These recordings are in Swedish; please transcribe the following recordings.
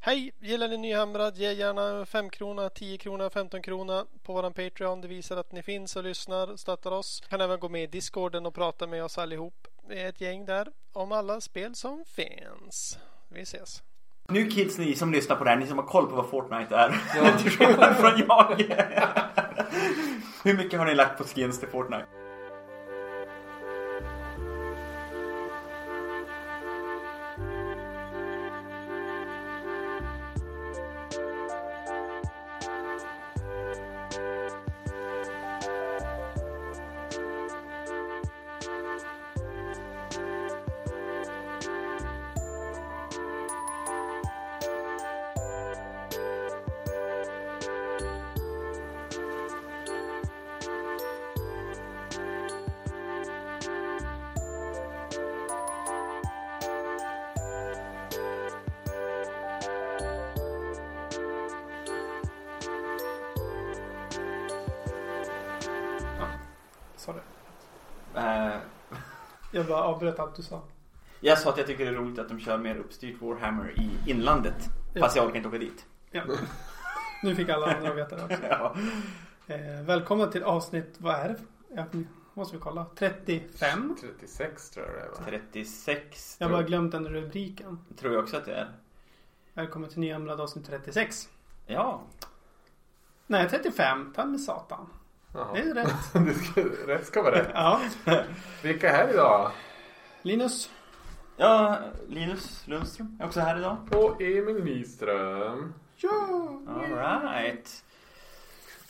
Hej! Gillar ni Nyhamrad? Ge gärna en 5 krona, 10 krona, 15 krona på våran Patreon. Det visar att ni finns och lyssnar och stöttar oss. Kan även gå med i Discorden och prata med oss allihop. Vi är ett gäng där om alla spel som finns. Vi ses! Nu kids ni som lyssnar på det här, ni som har koll på vad Fortnite är. Till skillnad från jag. Hur mycket har ni lagt på skins till Fortnite? Sorry. Eh, Jag bara avbröt allt du sa. jag sa att jag tycker det är roligt att de kör mer uppstyrt Warhammer i inlandet. Ja. Fast jag orkar inte åka dit. Ja. Nu fick alla andra veta det också. Ja. Eh, välkomna till avsnitt, vad är det? för- Jag måste vi kolla. 35? 36 tror jag det var. 36 Jag har bara tror, glömt den rubriken. tror jag också att det är. Välkommen till Nyhamrad avsnitt 36. Ja, Nej, 35. Ta med satan. Jaha. Det är rätt. Det ska- rätt ska vara rätt. Ja. Vilka är här idag? Linus. ja Linus Lundström är också här idag. Och Emil Nyström. Ja. Alright.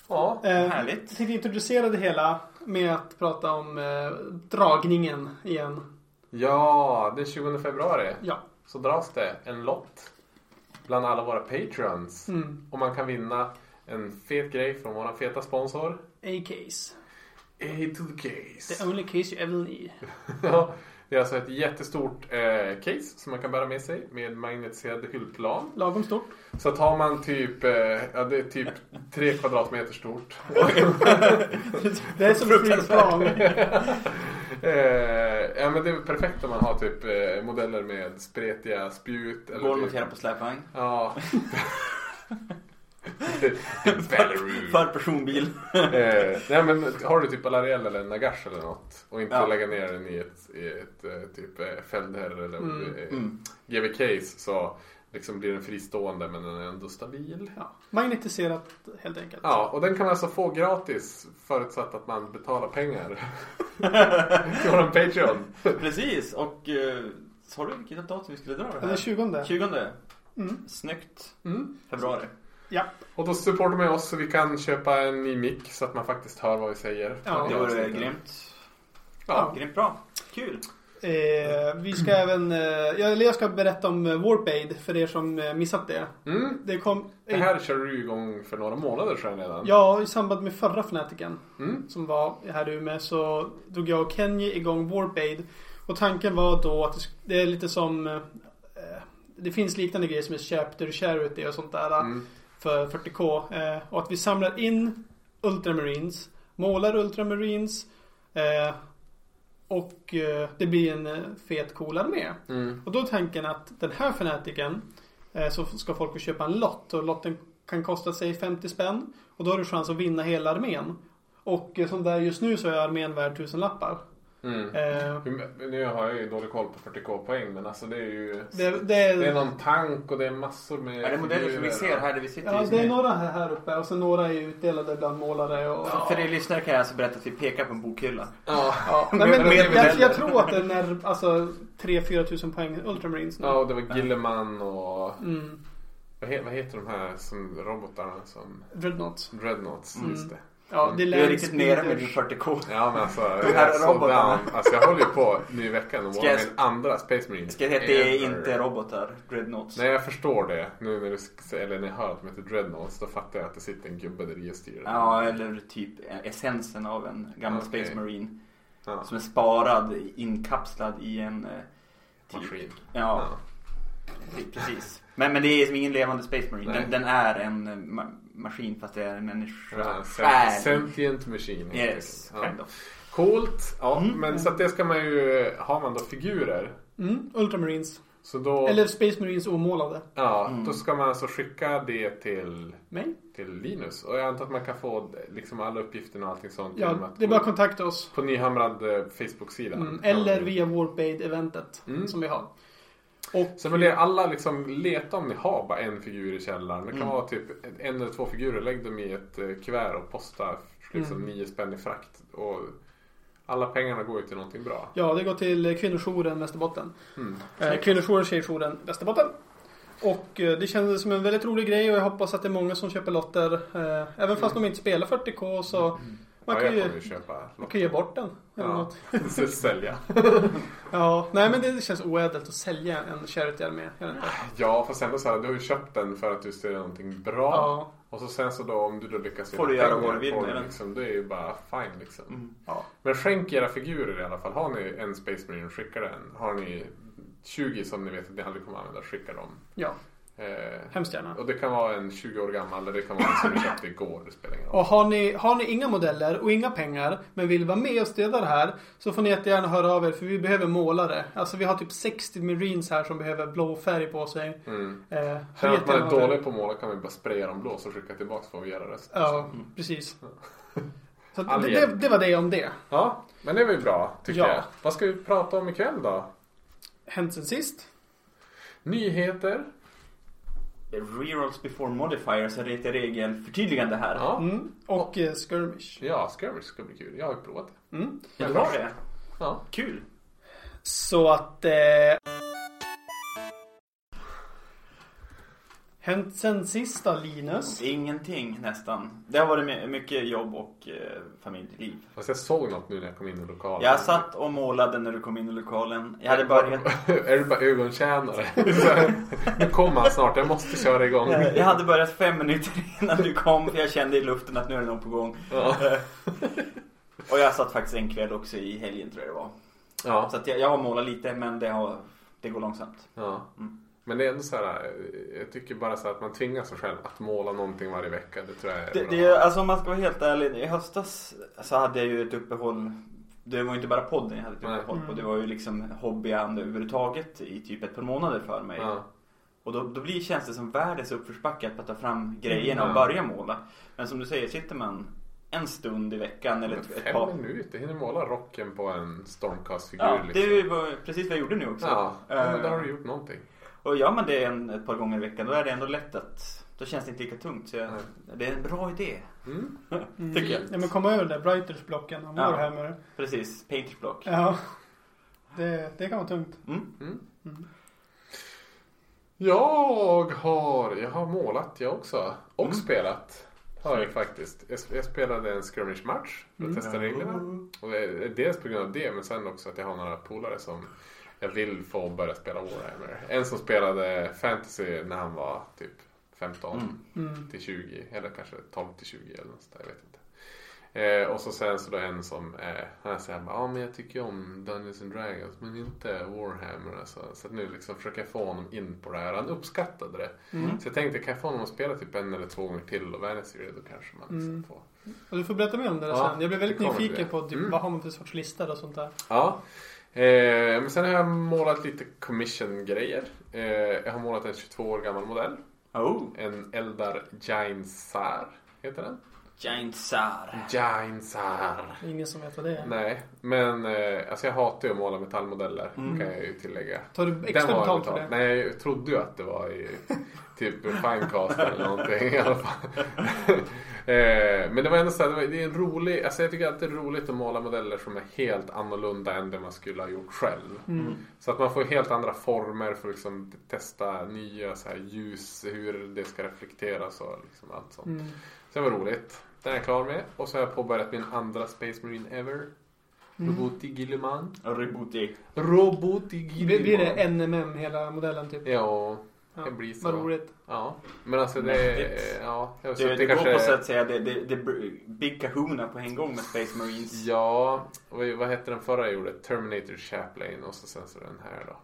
Ja, Eh, jag Härligt. tänkte introducera det hela med att prata om eh, dragningen igen. ja den 20 februari Ja. så dras det en lott bland alla våra patrons. Mm. Och man kan vinna en fet grej från våran feta sponsor. A-case. A to the The case. only case you ever need. Ja, det är alltså ett jättestort eh, case som man kan bära med sig med magnetiserade hyllplan. Lagom stort. Så tar man typ, eh, ja det är typ tre kvadratmeter stort. Det är som ett flygplan. Eh, ja men det är perfekt om man har typ eh, modeller med spretiga spjut. Eller Går att typ- notera på släpvagn. Ja. Balleroo. För personbil. eh, nej men har du typ Alariel eller en Nagash eller något och inte Ja. lägga ner den i ett, i ett eh, typ eh, Feldherr eller Mm. eh, Mm. GV-case så liksom blir den fristående men den är ändå stabil. Ja. Magnetiserat helt enkelt. Ja, och den kan man alltså få gratis förutsatt att man betalar pengar. Till våran Patreon. Precis, och eh, sa du vilket datum vi skulle dra det Den här? 20. 20 Mm. Snyggt. Mm. Februari. Och då supportar man oss så vi kan köpa en ny mick så att man faktiskt hör vad vi säger. Ja. Det Det vore grymt. Ja. Grymt bra. Kul. Eh, vi ska även... Eh, jag, eller jag ska berätta om eh, Warp Aid för er som eh, missat det. Mm. Det kom... Det här körde du igång för några månader sedan redan. Ja, i samband med förra Fnatiken Mm. som var här i Umeå så drog jag och Kenji igång Warp Aid. Och tanken var då att det sk- det är lite som... Eh, det finns liknande grejer som är Chapter Charity och sånt där. Mm. för 40K. Eh, och att vi samlar in Ultramarines, målar Ultramarines eh, och eh, det blir en eh, fet cool armé. Mm. Och då är tanken att den här fanatiken eh, så ska folk få köpa en lott och lotten kan kosta sig 50 spänn och då har du chans att vinna hela armén. Och eh, som det är just nu så är armén värd 1000 lappar. Mm. Eh, Hur- Nu har jag ju dålig koll på 40k-poäng men alltså det är ju... det, det, är, Det är någon tank Eh, och det är massor med... Är det modeller som vi figurer. ser här där vi sitter ja, just det nu? är några här, här uppe och sen några är utdelade bland målare och... För er lyssnare kan jag alltså berätta att vi pekar på en bokhylla. Ja. Ja, nej, Med- men med jag, modeller. jag tror att den är alltså 3-4 tusen poäng Ultramarines nu. Ja, och det var Gilleman och... Mm. Vad, he- vad heter de här som robotarna som... Dreadnoughts. Dreadnoughts, Mm. just det. Ja, det är Du är riktigt nere med din Speeders. 40k. Ja men alltså, jag De här är så robotarna. down. Alltså jag håller ju på nu i veckan och Ska målar jag- min andra Space Marine. Ska jag säga att det är ever. inte robotar, dreadnoughts. Nej jag förstår det. Nu när du sk- eller när jag hör att de heter Dreadnoughts då fattar jag att det sitter en gubbe där i och styr. Ja, eller typ essensen av en gammal Okej. Space Marine. Ja. Som är sparad, inkapslad i en... eh, Typ. Maskin. Ja, typ, precis. Men, men det är som ingen levande Space Marine. Nej. Den, den är en eh, ma- maskin fast det är en Ja, människa. sen- Själ. Sentient Mm, Machine. helt Yes, enkelt. kind Ja. of. Coolt. Ja, Mm. men så att det ska man ju... Har man då figurer? Mm, Ultramarines. Så då, Eller Space Marines omålade. ja, Mm. då ska man alltså skicka det till, Mig? till Linus. Och jag antar att man kan få liksom alla uppgifter och allting sånt genom Ja, att det är gå bara att kontakta oss. på Nyhamrad eh, Facebook-sida. Mm, eller via Warpade-eventet som vi har. Och Sen vill jag alla liksom leta om ni har bara en figur i källaren. Det kan Mm. vara typ en eller två figurer. Lägg dem i ett eh, kuvert och posta liksom Mm. nio spänn i frakt. Och alla pengarna går ju till någonting bra. Mm. Ja, det går till eh, kvinnojouren Västerbotten. Eh, Kvinnojouren, tjejjouren Västerbotten. Och eh, det kändes som en väldigt rolig grej och jag hoppas att det är många som köper lotter. Eh, Även fast de inte spelar 40K så man ja, kan jag ju, kommer ju köpa man kan ge bort den. Eller ja. något. Så Sälja. ja, nej men det känns oädelt att sälja en charity-armé. gör det inte? Ja, fast ändå så här, du har ju köpt den för att du ser någonting bra. Ja. Och så sen så då om du då lyckas Får du vinna göra Mm. pengar vad du vill på med det, den. liksom, det är ju bara fine liksom. Ja. Men skänk era figurer i alla fall. Har ni en Space Marine, skicka den. Har ni 20 som ni vet att ni aldrig kommer använda, skicka dem. ja, Eh, hemskt gärna. och det kan vara en 20 år gammal eller det kan vara en som du köpte igår. Det spelar ingen roll. Och har ni, har ni inga modeller och inga pengar men vill vara med och stödja det här så får ni jättegärna höra av er för vi behöver målare. Alltså vi har typ 60 marines här som behöver blå färg på sig. Mm. Eh, hör Känner att man jättegärna är av er. dålig på att måla kan man bara spraya dem blå så skicka tillbaka så får vi göra resten. Ja, precis. Så att All det, det, hjälp. det var det om det. Ja, men det är väl bra tycker Ja. jag. Vad ska vi prata om ikväll då? Hänt sen sist. Nyheter? Rerolls before modifiers är det ett regelförtydligande här. Ja, Och eh, skirmish. ja skirmish ska bli kul. Jag har ju provat det. Mm. Ja, det var det. Ja. Kul. Så att... Eh... Hänt sen sista Linus. Ingenting nästan. Det har varit my- mycket jobb och eh, familjeliv. Fast jag såg något nu när jag kom in i lokalen. Jag satt och målade när du kom in i lokalen. Jag hade börjat, är du bara ögontjänare? Så här, nu kommer han snart, jag måste köra igång. jag hade börjat fem minuter innan du kom för jag kände i luften att nu är det någon på gång. Ja. Och jag satt faktiskt en kväll också i helgen tror jag det var. Ja. Så att jag, jag har målat lite men det, har, det går långsamt. Ja. Men det är ändå så här, eh, jag tycker bara så här att man tvingar sig själv att måla någonting varje vecka. Det tror jag är Det, bra. det, är- alltså om man ska vara helt ärlig, i höstas så hade jag ju ett uppehåll. Det var ju inte bara podden jag hade ett Nej. Mm. uppehåll på. Det var ju liksom hobbyand överhuvudtaget i typ ett par månader för mig. Ja. Och då, då blir, känns det som världens uppförsbacke att bara ta fram grejerna och Mm, Ja. börja måla. Men som du säger, sitter man en stund i veckan eller ett, ett par. Fem minuter, jag hinner måla rocken på en stormcast-figur. Ja, det är liksom. ju vad- precis vad jag gjorde nu också. ja. ja, men då Eh, har du gjort någonting. Och gör man det en, ett par gånger i veckan då är det ändå lätt att då känns det inte lika tungt. Så jag, det är en bra idé. Tycker jag. Mm. Ja, men kom över det där Brighters-blocken om Ja. ja. här med det. Precis, painters block. Ja. Det, det kan vara tungt. Jag har, jag har målat jag också. Och spelat. Har jag faktiskt. Jag, jag spelade en skirmish match för att testa reglerna. Och det är dels på grund av det men sen också att jag har några polare som jag vill få börja spela Warhammer. En som spelade fantasy när han var typ 15 till 20 eller kanske 12 till 20 eller något sånt där, jag vet inte. Eh, och så sen så då en som eh, han säger bara, ja men jag tycker ju om Dungeons and Dragons men inte Warhammer alltså. Så att nu liksom försöker jag få honom in på det här. Han uppskattade det. Så jag tänkte, kan jag få honom att spela typ en eller två gånger till och vänja sig vid det då kanske man liksom får. Och du får berätta mer om det där Ja, sen. Jag blev väldigt det kommer Mm. nyfiken det. på typ, vad har man för sorts lista och sånt där. Ja. Eh, men sen har jag målat lite commission-grejer. Eh, jag har målat en 22 år gammal modell. Oh, En Eldar Giantsar heter den. giant sar. Giantsar. Det är ingen som vet vad det är. Nej, men eh, alltså jag hatar ju att måla metallmodeller kan jag ju tillägga. Mm. Tar du extra Den var betalt betald. för det? Nej, jag trodde ju att det var i typ Finecast eller någonting i alla fall. eh, men det var ändå så här, det, var, det är en rolig, alltså jag tycker alltid det är roligt att måla modeller som är helt annorlunda än det man skulle ha gjort själv. Mm. Så att man får helt andra former för att liksom testa nya så här, ljus, hur det ska reflekteras och liksom allt sånt. Mm. Så det var roligt. Den är jag klar med. Och så har jag påbörjat min andra Space Marine ever. Mm. Roboti Gilliman. Rebooty. Roboti Gilliman. Blir blir det NMM hela modellen typ? Ja, det blir så. Vad roligt. Ja, men alltså det... Mäktigt. Ja, jag har Det, suttit det går på så kanske... att säga, det, det, det är Big Kahuna på en gång med Space Marines. Ja, vad vad hette den förra jag gjorde? Terminator Chaplain och så sen så den här då.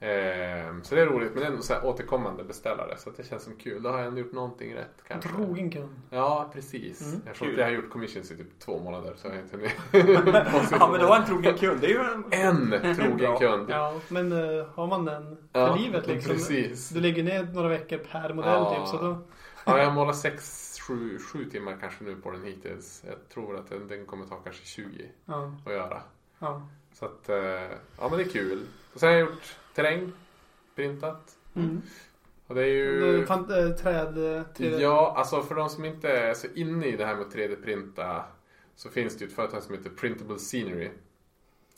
Ehm, så det är roligt men det är ändå så här återkommande beställare så att det känns som kul. Då har jag ändå gjort någonting rätt kanske. Trogen kund. Ja precis. Mm. Jag tror att Kul. jag har gjort commissions i typ två månader så jag har inte hunnit. Ja men det var en trogen kund. Det är ju en... En trogen Bra. kund. Ja, men eh, har man den för Ja, livet liksom. precis. Du lägger ner några veckor per modell Ja. typ. Så då, Ja, jag målar 6-7 timmar kanske nu på den hittills. Jag tror att den, den kommer ta kanske 20 ja, att göra. ja. Så att, eh, ja men det är kul. Och sen har jag gjort terräng, printat. Mm. Och det är ju... Du, fan, eh, träd, eh, träd. Ja, alltså för de som inte är så inne i det här med 3D-printa så finns det ju ett företag som heter Printable Scenery.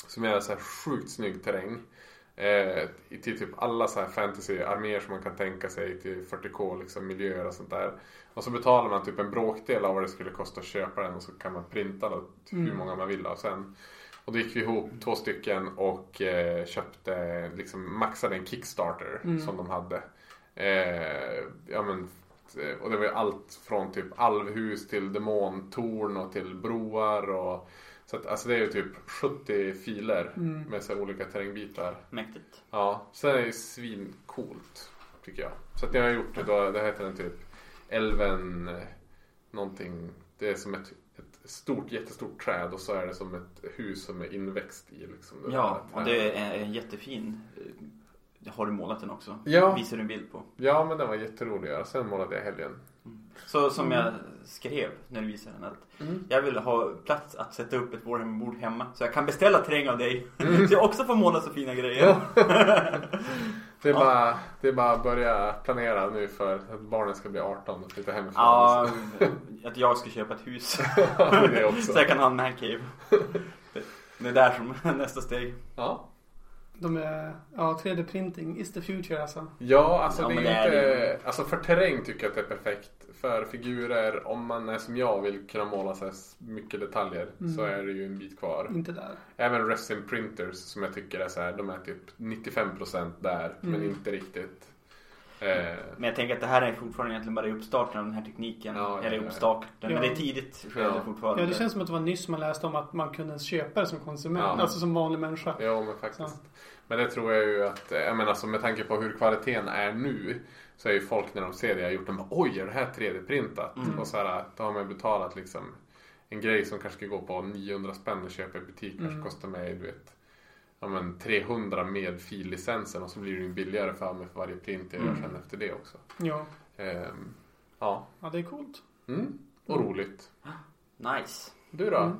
Som är så här sjukt snygg terräng. Eh, i- till typ alla så här fantasy-arméer som man kan tänka sig till 40k liksom, miljöer och sånt där. Och så betalar man typ en bråkdel av vad det skulle kosta att köpa den och så kan man printa då, typ hur många man vill av sen. Och då gick vi ihop två stycken och eh, köpte, liksom maxade en Kickstarter som de hade. Eh, ja, men, eh, och det var ju allt från typ alvhus till demontorn och till broar. Och, så att, alltså det är ju typ 70 filer Mm. med så här olika terrängbitar. Mäktigt. Ja, sen är det ju svincoolt tycker jag. Så att jag har gjort det då, det heter den typ Elven eh, någonting. Det är som ett, ett stort, jättestort träd och så är det som ett hus som är inväxt i liksom. det Ja, där och trädet. det är en jättefin. eh, Har du målat den också? Ja. Visar du en bild på. ja, men den var jätterolig att göra. Sen målade jag helgen. Så som jag skrev när du visade den att Mm. jag vill ha plats att sätta upp ett Warhammer-bord hemma. Så jag kan beställa terräng av dig. Mm. så jag också får måla så fina grejer. Det är, bara, det är bara att börja planera nu för att barnen ska bli 18 och flytta hemifrån. Ja, att jag ska köpa ett hus. det också. så jag kan ha en mancave. Det- Det är där som är nästa steg. Ja. De är, ja, 3D-printing is the future alltså. Ja, alltså Ja, det är men ju det är inte... det Alltså för terräng tycker jag att det är perfekt. För figurer, om man är som jag vill kunna måla så här mycket detaljer Mm. så är det ju en bit kvar. Inte där. Även resin printers som jag tycker är så här, de är typ 95% där Mm. men inte riktigt. Eh, Men jag tänker att det här är fortfarande egentligen bara i uppstarten av den här tekniken. Ja, ja, Eller ja. uppstarten. Ja. Men det är tidigt skede Ja. fortfarande. Ja, det känns som att det var nyss man läste om att man kunde köpa det som konsument. Ja. Alltså som vanlig människa. Ja, men faktiskt. Men det tror jag ju att, jag menar alltså med tanke på hur kvaliteten är nu så är ju folk när de ser det jag har gjort, de bara oj, är det här 3D-printat? Mm. Och så här, då har man betalat liksom en grej som kanske ska gå på 900 spänn och köpa i butik Mm. kanske kostar mig, du vet, ja men 300 med fillicensen och så blir det ju billigare för mig för varje print jag gör Mm. sen efter det också. Ja. Ehm, ja, ja, det är coolt. mm. och roligt. Nice. Du då? Mm.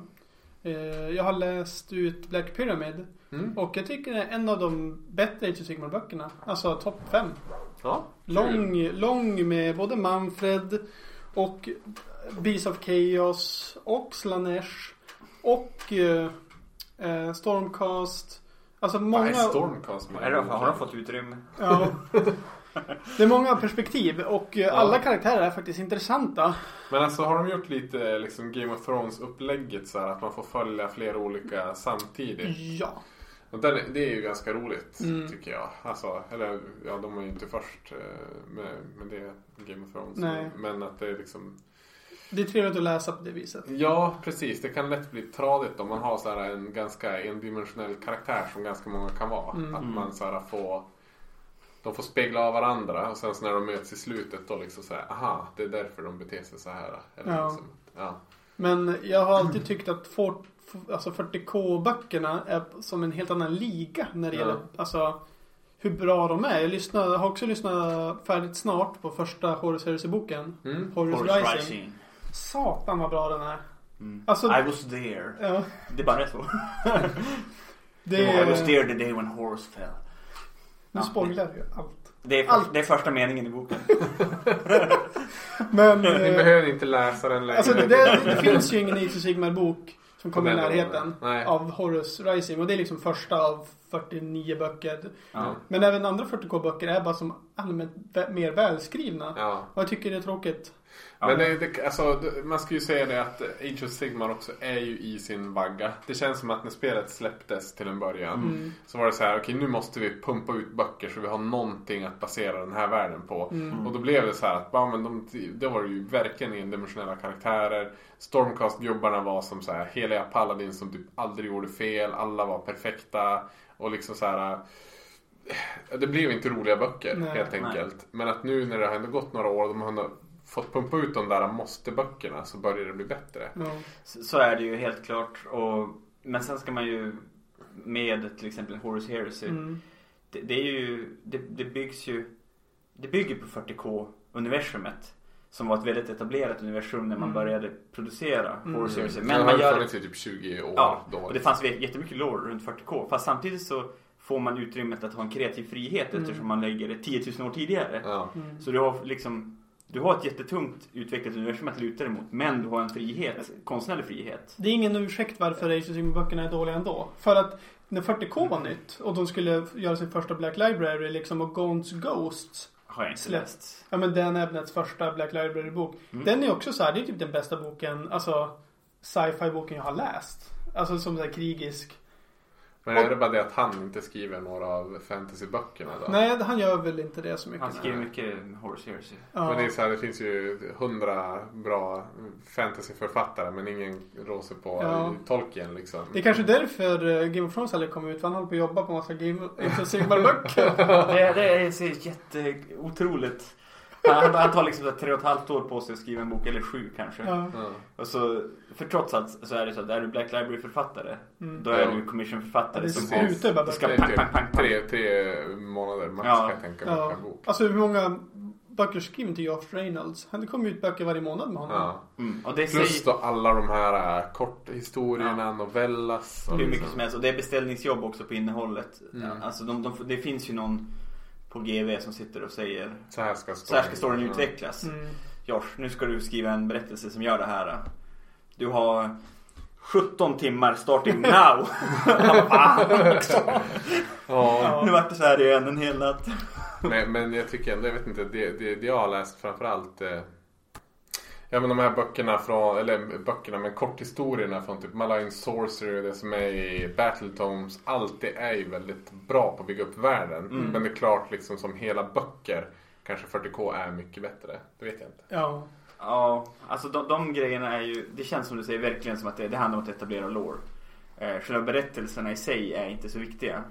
Eh, Jag har läst ut Black Pyramid. Mm. Och jag tycker det är en av de bättre Age of Sigmar böckerna. Alltså topp 5. Ja, kul. Lång, lång med både Manfred och Beast of Chaos och Slanesh. Och eh, eh, Stormcast. Alltså Vad är många... Stormcast? Är det, har de fått utrymme? Ja. Det är många perspektiv och eh, alla karaktärer är faktiskt intressanta. Men alltså har de gjort lite liksom Game of Thrones upplägget så här att man får följa flera olika samtidigt? Ja. Och den, det är ju ganska roligt Mm. tycker jag. Alltså, eller ja, de var ju inte först eh, med, med det Game of Thrones. Nej. Men att det är liksom Det är trevligt att läsa på det viset. Ja, precis. Det kan lätt bli tradigt om man har så här en ganska endimensionell karaktär som ganska många kan vara. Mm. Att man så här får, de får spegla av varandra och sen så när de möts i slutet då liksom så här, aha, det är därför de beter sig så här. Eller Ja. Liksom, ja. Men jag har alltid tyckt att Fort, alltså 40K-böckerna är som en helt annan liga när det Ja. gäller alltså, hur bra de är. Jag lyssnar, har också lyssnat färdigt snart på första Horus Heresy-boken. Mm. Horus, Horse Rising. Rising. Satan vad bra den är. Alltså, I was there. ja, Det är bara så. det I was är... there the day when Horse fell. Nu spoilar ju allt. Det är, för, Allt. det är första meningen i boken. Men... Ni eh, behöver inte läsa den längre. Alltså det, det, det finns ju ingen Age of Sigmar bok som kommer i Nej, nej, närheten nej. av Horus Rising. Och det är liksom första av 49 böcker. Ja. Men även andra 40k böcker är bara som allmänt vä- mer välskrivna. Ja. Och jag tycker det är tråkigt. Men det, det, alltså, det- man ska ju säga det att eh, Age of Sigmar också är ju i sin vagga. Det känns som att när spelet släpptes till en början så var det så här, okej nu måste vi pumpa ut böcker så vi har någonting att basera den här världen på. Och då blev det så här att, ja men de, det var ju verkligen endimensionella karaktärer. Stormcast-gubbarna var som så här heliga paladins som typ aldrig gjorde fel, alla var perfekta. Och liksom så här det blev inte roliga böcker Nej. helt Nej. enkelt. Men att nu när det har ändå gått några år och de har ändå fått pumpa ut de där måste-böckerna så börjar det bli bättre. Ja. Så så är det ju helt klart. Och, men sen ska man ju med till exempel Horus Typ. Heresy. Mm. Det, det är ju, det, det byggs ju, det bygger på 40K-universumet. Som var ett väldigt etablerat universum när man Mm. började producera Mm. Horus Heresy. Den Men har man ju gör, funnits i typ 20 år ja, då. och det fanns jättemycket lore runt 40K. Fast samtidigt så får man utrymmet att ha en kreativ frihet Mm. eftersom man lägger det 10 000 år tidigare. Ja. Mm. Så du har liksom du har ett jättetungt utvecklat universum att luta dig mot men du har en frihet, konstnärlig frihet. Det är ingen ursäkt varför Age of Sigmar-böckerna är dåliga ändå. För att när 40K var Mm. nytt och de skulle göra sin första Black Library liksom och Gaunt's Ghosts Har jag inte Släppt. läst. Ja men Dan Ebnets första Black Library-bok. Mm. Den är också så här, det är typ den bästa boken, alltså sci-fi-boken jag har läst. Alltså som så här krigisk. Men är det bara det att han inte skriver några av fantasyböckerna då? Nej, han gör väl inte det så mycket. Han skriver mycket med Horace Heresy. Ja. Men det är så här, det finns ju hundra bra fantasyförfattare men ingen råser på Ja. tolken liksom. Det är kanske därför eh, Game of Thrones aldrig kom ut, för han håller på att jobba på en massa Game Age of Sigmar-böcker. Det, det är så jätteotroligt. Han, han tar liksom så här tre och ett halvt år på sig att skriva en bok, eller sju kanske. ja. Ja. Och så, för trots allt så är det så att är du Black Library-författare, Mm. då är Ja. du commission-författare Det som så har... sprutar ju bara Det ska Det böcker. är pang, typ pang, pang, pang. Tre, tre månader max Ja. kan jag tänka mig Ja. per bok. Alltså hur många böcker skrev inte Geoff Reynolds? Han- Det kom ut böcker varje månad med honom. Ja. Mm. Och det Plus säger då alla de här äh, korthistorierna, novellas och hur mycket liksom. som helst. Och det är beställningsjobb också på innehållet. Mm. Alltså de, de, det finns ju någon på GV som sitter och säger Så här ska storyn, så här ska storyn ja. utvecklas. Mm. Josh, nu ska du skriva en berättelse som gör det här. Du har 17 timmar starting now. Han bara, "Fan också." Ja. nu vart det så här igen en hel natt. Men, men jag tycker ändå, jag vet inte, det, det, det jag har läst framförallt eh, Ja men de här böckerna från, eller böckerna men korthistorierna från typ Malign Sorcery och det som är i Battletomes. Allt det är ju väldigt bra på att bygga upp världen. Mm. Men det är klart liksom som hela böcker kanske 40K är mycket bättre. Det vet jag inte. Ja. Ja, alltså de, de grejerna är ju, det känns som du säger verkligen som att det, det handlar om att etablera lore. Eh, själva berättelserna i sig är inte så viktiga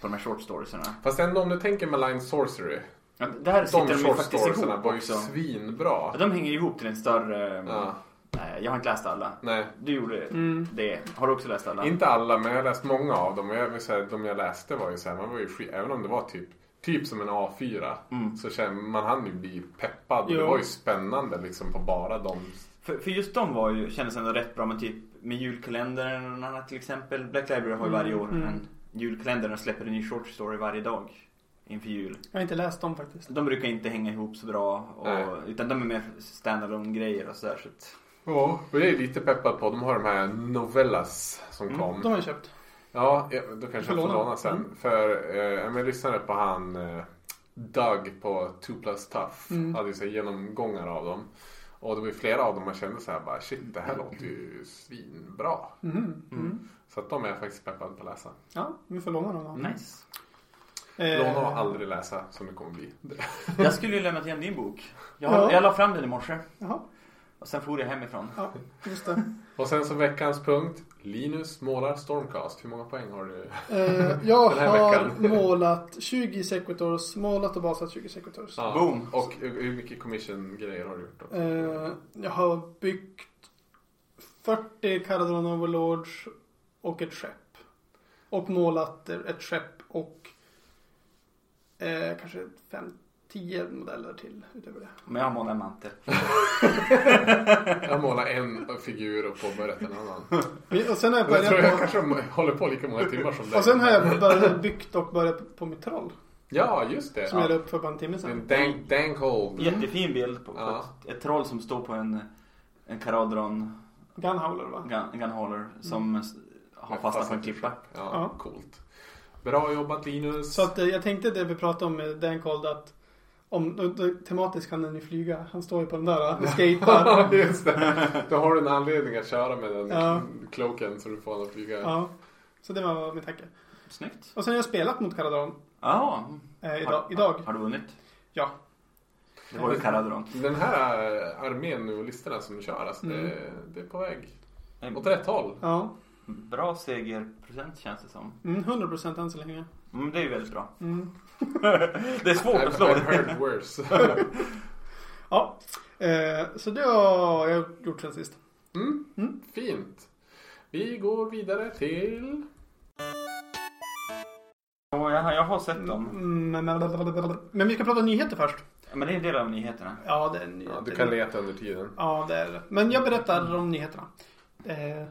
på de här short storieserna. Fast ändå om du tänker Malign Sorcery. Ja, Där sitter De de ju short faktiskt storiesarna ihop var ju också. svinbra. Ja, De hänger ju ihop till en större... eh, Ja. Nej, jag har inte läst alla. Nej. Du gjorde det. Har du också läst alla? Inte alla, men jag har läst många av dem. Och jag vill säga, de jag läste var ju så här, man var ju skit, även om det var typ, typ som en A4. Så kände, man hann ju bli peppad. Jo. Det var ju spännande liksom på bara de. För, för just de var ju, kändes ändå rätt bra med typ med julkalendern och något annat till exempel. Black Library har ju varje år en julkalender och släpper en ny short story varje dag inför jul. Jag har inte läst dem faktiskt. De brukar inte hänga ihop så bra Nej. och, utan de är mer standalone grejer och sådär. Så att, Ja, och jag är lite peppad på. De har de här novellas som kom. De har jag köpt. Ja, ja, då kanske får jag får låna. låna sen. För eh, ja, men jag lyssnade på han eh, Doug på 2 plus tough. Mm. Hade ju så här genomgångar av dem. Och det var ju flera av dem man kände så här bara shit det här låter ju svinbra. Mhm. Mm. Så att de är jag faktiskt peppad på att läsa. Ja, vi får låna dem. då. nice. Eh, Låna och aldrig läsa som det kommer bli. Jag skulle ju lämnat igen din bok. Jag, Ja. jag la fram den i morse Jaha, och sen for jag hemifrån. ja, just det. Och sen så veckans punkt. Linus målar Stormcast. Hur många poäng har du? Eh, jag Den här har veckan. målat 20 sequitors, målat och basat 20 sequitors. Boom. Och hur hur mycket commission-grejer har du gjort då? Eh, jag har byggt 40 Caradron Overlords och ett skepp. Och målat ett skepp och eh, kanske 5-10 modeller till utöver det. Men jag har målat en mantel. Jag målar en figur och påbörjat en annan. Vi- Och sen har jag Jag tror jag börjat kanske håller på lika många timmar som på, dig. och sen har jag börjat byggt och börjat på mitt troll. Ja, just det. Som jag la Ja. upp för bara en timme En sedan. dank, dank hole. Jättefin bild på, på Mm. Ja. ett, ett troll som står på en, en karadron Gunhowler va? gun, gunhauler Mm. som s- har fastnat på en klippa. Ja, Ja. coolt. Bra jobbat Linus. Så att eh, jag tänkte det vi pratade om med Dan Cold att om, då, då, tematiskt kan den ju flyga. Han står ju på den där och skejtar. Ja, just det. Då har du en anledning att köra med den Ja. kloken så du får den att flyga. Ja. Så det var min tanke. Snyggt. Och sen har jag spelat mot Caradon Ja. eh, Har, idag. idag. har du vunnit? Ja. Eh, Det var ju karadron. Den här eh, armén nu och listorna som kör, alltså det, Mm. det är på väg åt rätt håll. Ja. Bra segerprocent känns det som. Mm, 100% än så länge. Mm, det är ju väldigt bra. Mm. det är svårt att I've, slå I've det. heard worse. Ja, eh, så det har jag gjort sen sist. Mm. Fint. Vi går vidare till... Ja, jag, har- jag har sett dem. Mm, men- men- Men vi ska prata nyheter först. Men det är en del av nyheterna. Ja, det är nyheter. Ja, du kan leta under tiden. Ja, det är det. Men jag berättar om nyheterna. Eh,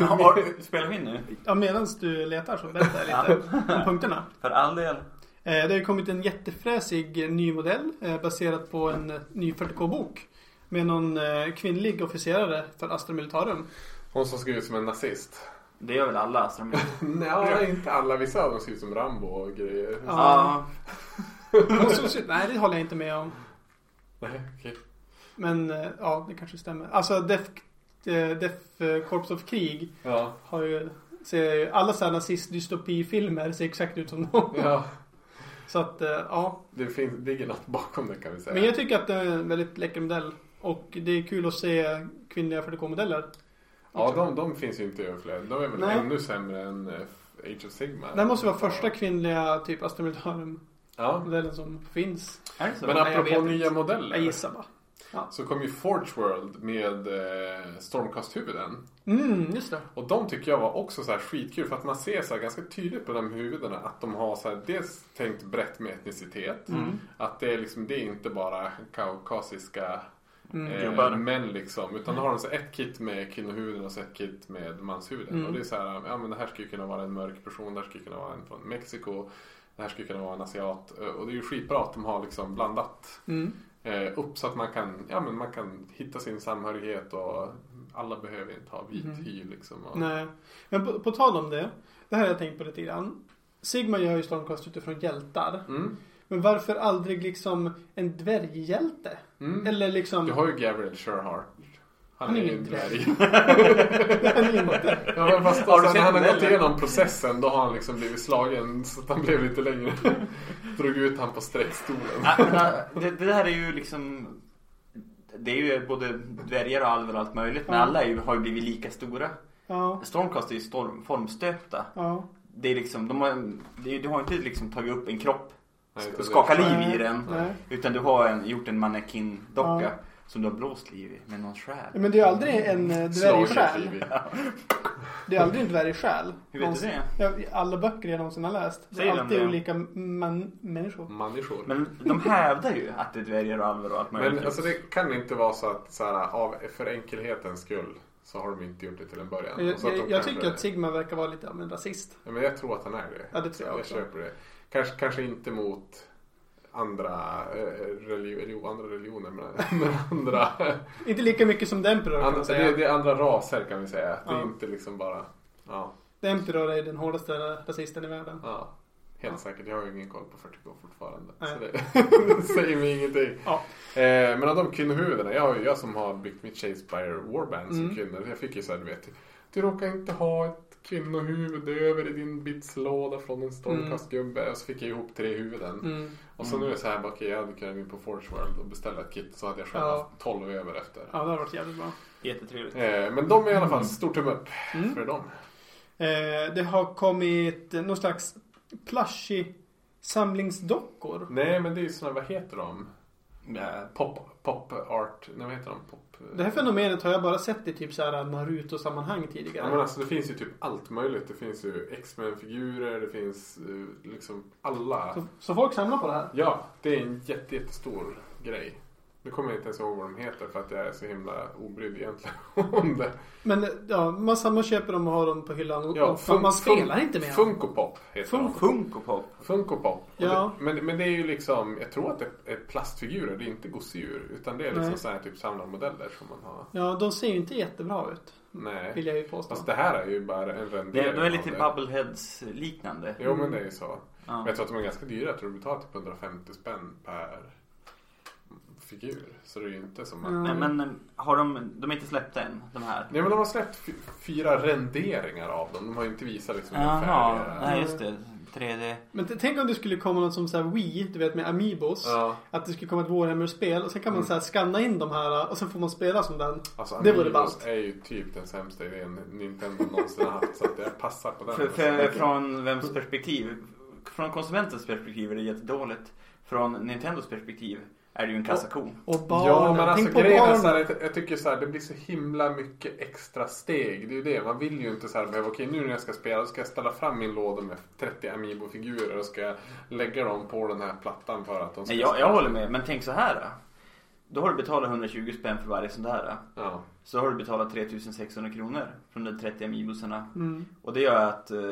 Har- Spelar vi in nu? ja, medan du letar så berättar jag lite om punkterna. För all del. Eh, det har ju kommit en jättefräsig eh, ny modell eh, baserad på en eh, ny 40K-bok. Med någon eh, kvinnlig officerare för Astra Militarum. Hon som ser ut som en nazist. Det gör väl alla Astrid Nej, inte alla. Vissa av dem ser ut som Rambo och grejer. Ja. Ja. Hon såg så- Nej, det håller jag inte med om. Nej, okej. Men eh, ja, det kanske stämmer. Alltså Def, eh, Def eh, Corps of Krig Ja. har ju, ser ju alla sådana nazist-dystopifilmer ser exakt ut som dem. ja. Så att eh, ja. Det finns, ligger något bakom det kan vi säga. Men jag tycker att det är en väldigt läcker modell. Och det är kul att se kvinnliga 40K-modeller. Ja, de, de finns ju inte i överflöd. De är väl Nej. ännu sämre än eh, Age of Sigma. Det här måste vara första kvinnliga typ Astra Militarum-modellen Ja. som finns. Är det så? Men Nej, jag apropå vet nya inte. Jag modeller. gissar bara. Så kom ju Forge World med eh, Stormcast-huvuden. Mm, just det. Och de tycker jag var också så här skitkul för att man ser så här ganska tydligt på de huvudena att de har så här, dels tänkt brett med etnicitet. Att det är, liksom, det är inte bara kaukasiska Gubbar. eh, män liksom. Utan då har de så här ett kit med kvinnohuvuden och så ett kit med manshuvuden. Och det är så här, ja men det här skulle kunna vara en mörk person, det här skulle kunna vara en från Mexiko. Det här skulle kunna vara en asiat. Eh, Och det är ju skitbra att de har liksom blandat Mm. eh, upp så att man kan, ja, men man kan hitta sin samhörighet och alla behöver inte ha vit hy liksom. Och, Mhm. Nej. Men på, på tal om det. Det här har jag tänkt på lite grann. Sigma gör ju Stormcast utifrån hjältar. Mm. Men varför aldrig liksom en dvärghjälte? Mm. Eller liksom... Du har ju Gabriel Sherhart. Han, Han är är ju ju en inte dvärg. inte. Ja, men fast Har du alltså, sett när han har gått modellen? igenom processen då har han liksom blivit slagen så att han blev lite längre. Drog ut han på sträckstolen. Ah, Ja, men, äh, det, det här är ju liksom Det är ju både dvärgar och alver och allt möjligt men alla är ju, har ju blivit lika stora. Ja. Stormcast är ju storm, formstöpta. Ja. Det är liksom, de har, det är, du har inte liksom tagit upp en kropp Nej, inte och det. skakat liv Nej, i den. nej. Utan du har en, gjort en mannequin-docka Ja. som du har blåst liv i med någon själ. Mm. Men det är ju aldrig en eh, Slagen dvärgsjäl. liv i. Det är aldrig en dvärgsjäl. Hur vet du Någonsin- det? Ja, i alla böcker jag någonsin har läst. Det Säger är de alltid det? olika man- Mm. människor. Människor. Men, Men de hävdar ju att det är dvärgar och alver och allt möjligt. alltså det kan inte vara så att så här, av, för enkelhetens skull så har de inte gjort det till en början. Jag, Och så att de jag, jag kanske- tycker att Sigma verkar vara lite av en rasist. Ja, men jag tror att han är det. Ja, det tror jag också. köper det. Kanske, kanske inte mot andra, eh, religi- jo, andra religioner, men, men andra, Inte lika mycket som The Emperor kan andra man säga. det, det är andra raser kan vi säga. Det är Ja. inte liksom bara, ja, The Emperor är den hårdaste rasisten i världen. ja. Helt säkert, jag har ju ingen koll på 40K fortfarande. Så Nej. det, det säger mig ingenting. Ja. Eh, men av de kvinnohuvudena, jag, har ju- jag som har byggt mitt Shakespeare Warband som Mm. kvinna, jag fick ju såhär, du vet, du råkar inte ha ett kvinnohuvud över i din bitslåda från en stormkastgubbe. Och så fick jag ihop tre huvuden. Mm. Och så nu är det så här, bara, okej jag hade kunnat gå in på Forge World och beställa ett kit så hade jag själv Ja. haft 12 över efter. Ja, Mm. det har varit jävligt bra. Jättetrevligt. Eh, men de är i alla fall stor tumme upp Mm. för dem. Eh, det har kommit någon slags plushie samlingsdockor. Nej men det är ju sådana, vad heter de? Ja. Pop, pop art, nej vad heter de? Pop... Det här fenomenet har jag bara sett i typ så här Naruto-sammanhang Ja, men tidigare. alltså, det finns ju typ allt möjligt. Det finns ju X-Men-figurer, det finns eh, liksom alla. Så, så folk samlar på det här. Ja, det är en jätte, jättestor grej. Nu kommer jag inte ens ihåg vad de heter för att jag är så himla obrydd egentligen om det. Men eh, ja, man, man köper dem och har dem på hyllan. Och, och man, fun- man fun- spelar inte med dem. Funko Pop heter de. Funko. Funko Pop. Funko Pop. Och Ja. Det, men, men det är ju liksom, jag tror att det är plastfigurer, det är inte gosedjur. Utan det är liksom Nej. sådana här typ samlarmodeller som man har. Ja, de ser ju inte jättebra ut. Vill Nej. jag ju påstå. Fast det här är ju bara en rendering Det är, de är av lite Bubbleheads liknande. Jo men Mm. det är ju så. Ja. Men jag tror att de är ganska dyra. Jag tror de betalar typ 150 spänn per figur. Så det är ju inte som att... Men, men eh, har de, de är inte släppta än, de här? Nej men de har släppt fy- fyra renderingar av dem. De har ju inte visat liksom hur Jaha, färdiga nej just det. 3D. Men t- tänk om det skulle komma något som så här Wii, du vet med Amiibos. Ja. Mm. Att det skulle komma ett Warhammer-spel och sen kan man så här skanna in de här och sen får man spela som den. Alltså det vore Amiibos ballt. är ju typ den sämsta idén Nintendo någonsin har haft. Så att jag passar på den. Alltså, För, för, från vems perspektiv? från konsumentens perspektiv är det jättedåligt. Från Nintendos perspektiv är det ju en kassako. Och barnen. Ja, men alltså Tänk på grejen är så här, barnen. jag, jag tycker så här, det blir så himla mycket extra steg. Det är ju det, man vill ju inte så här behöva, okej nu när jag ska spela så ska jag ställa fram min låda med 30 Amiibo-figurer och ska jag lägga dem på den här plattan för att de ska... Nej, jag, jag håller med, men tänk så här. Då. då har du betalat 120 spänn för varje sån där. Ja. Så har du betalat 3600 kronor från de 30 amibusarna. Mm. Och det gör att eh,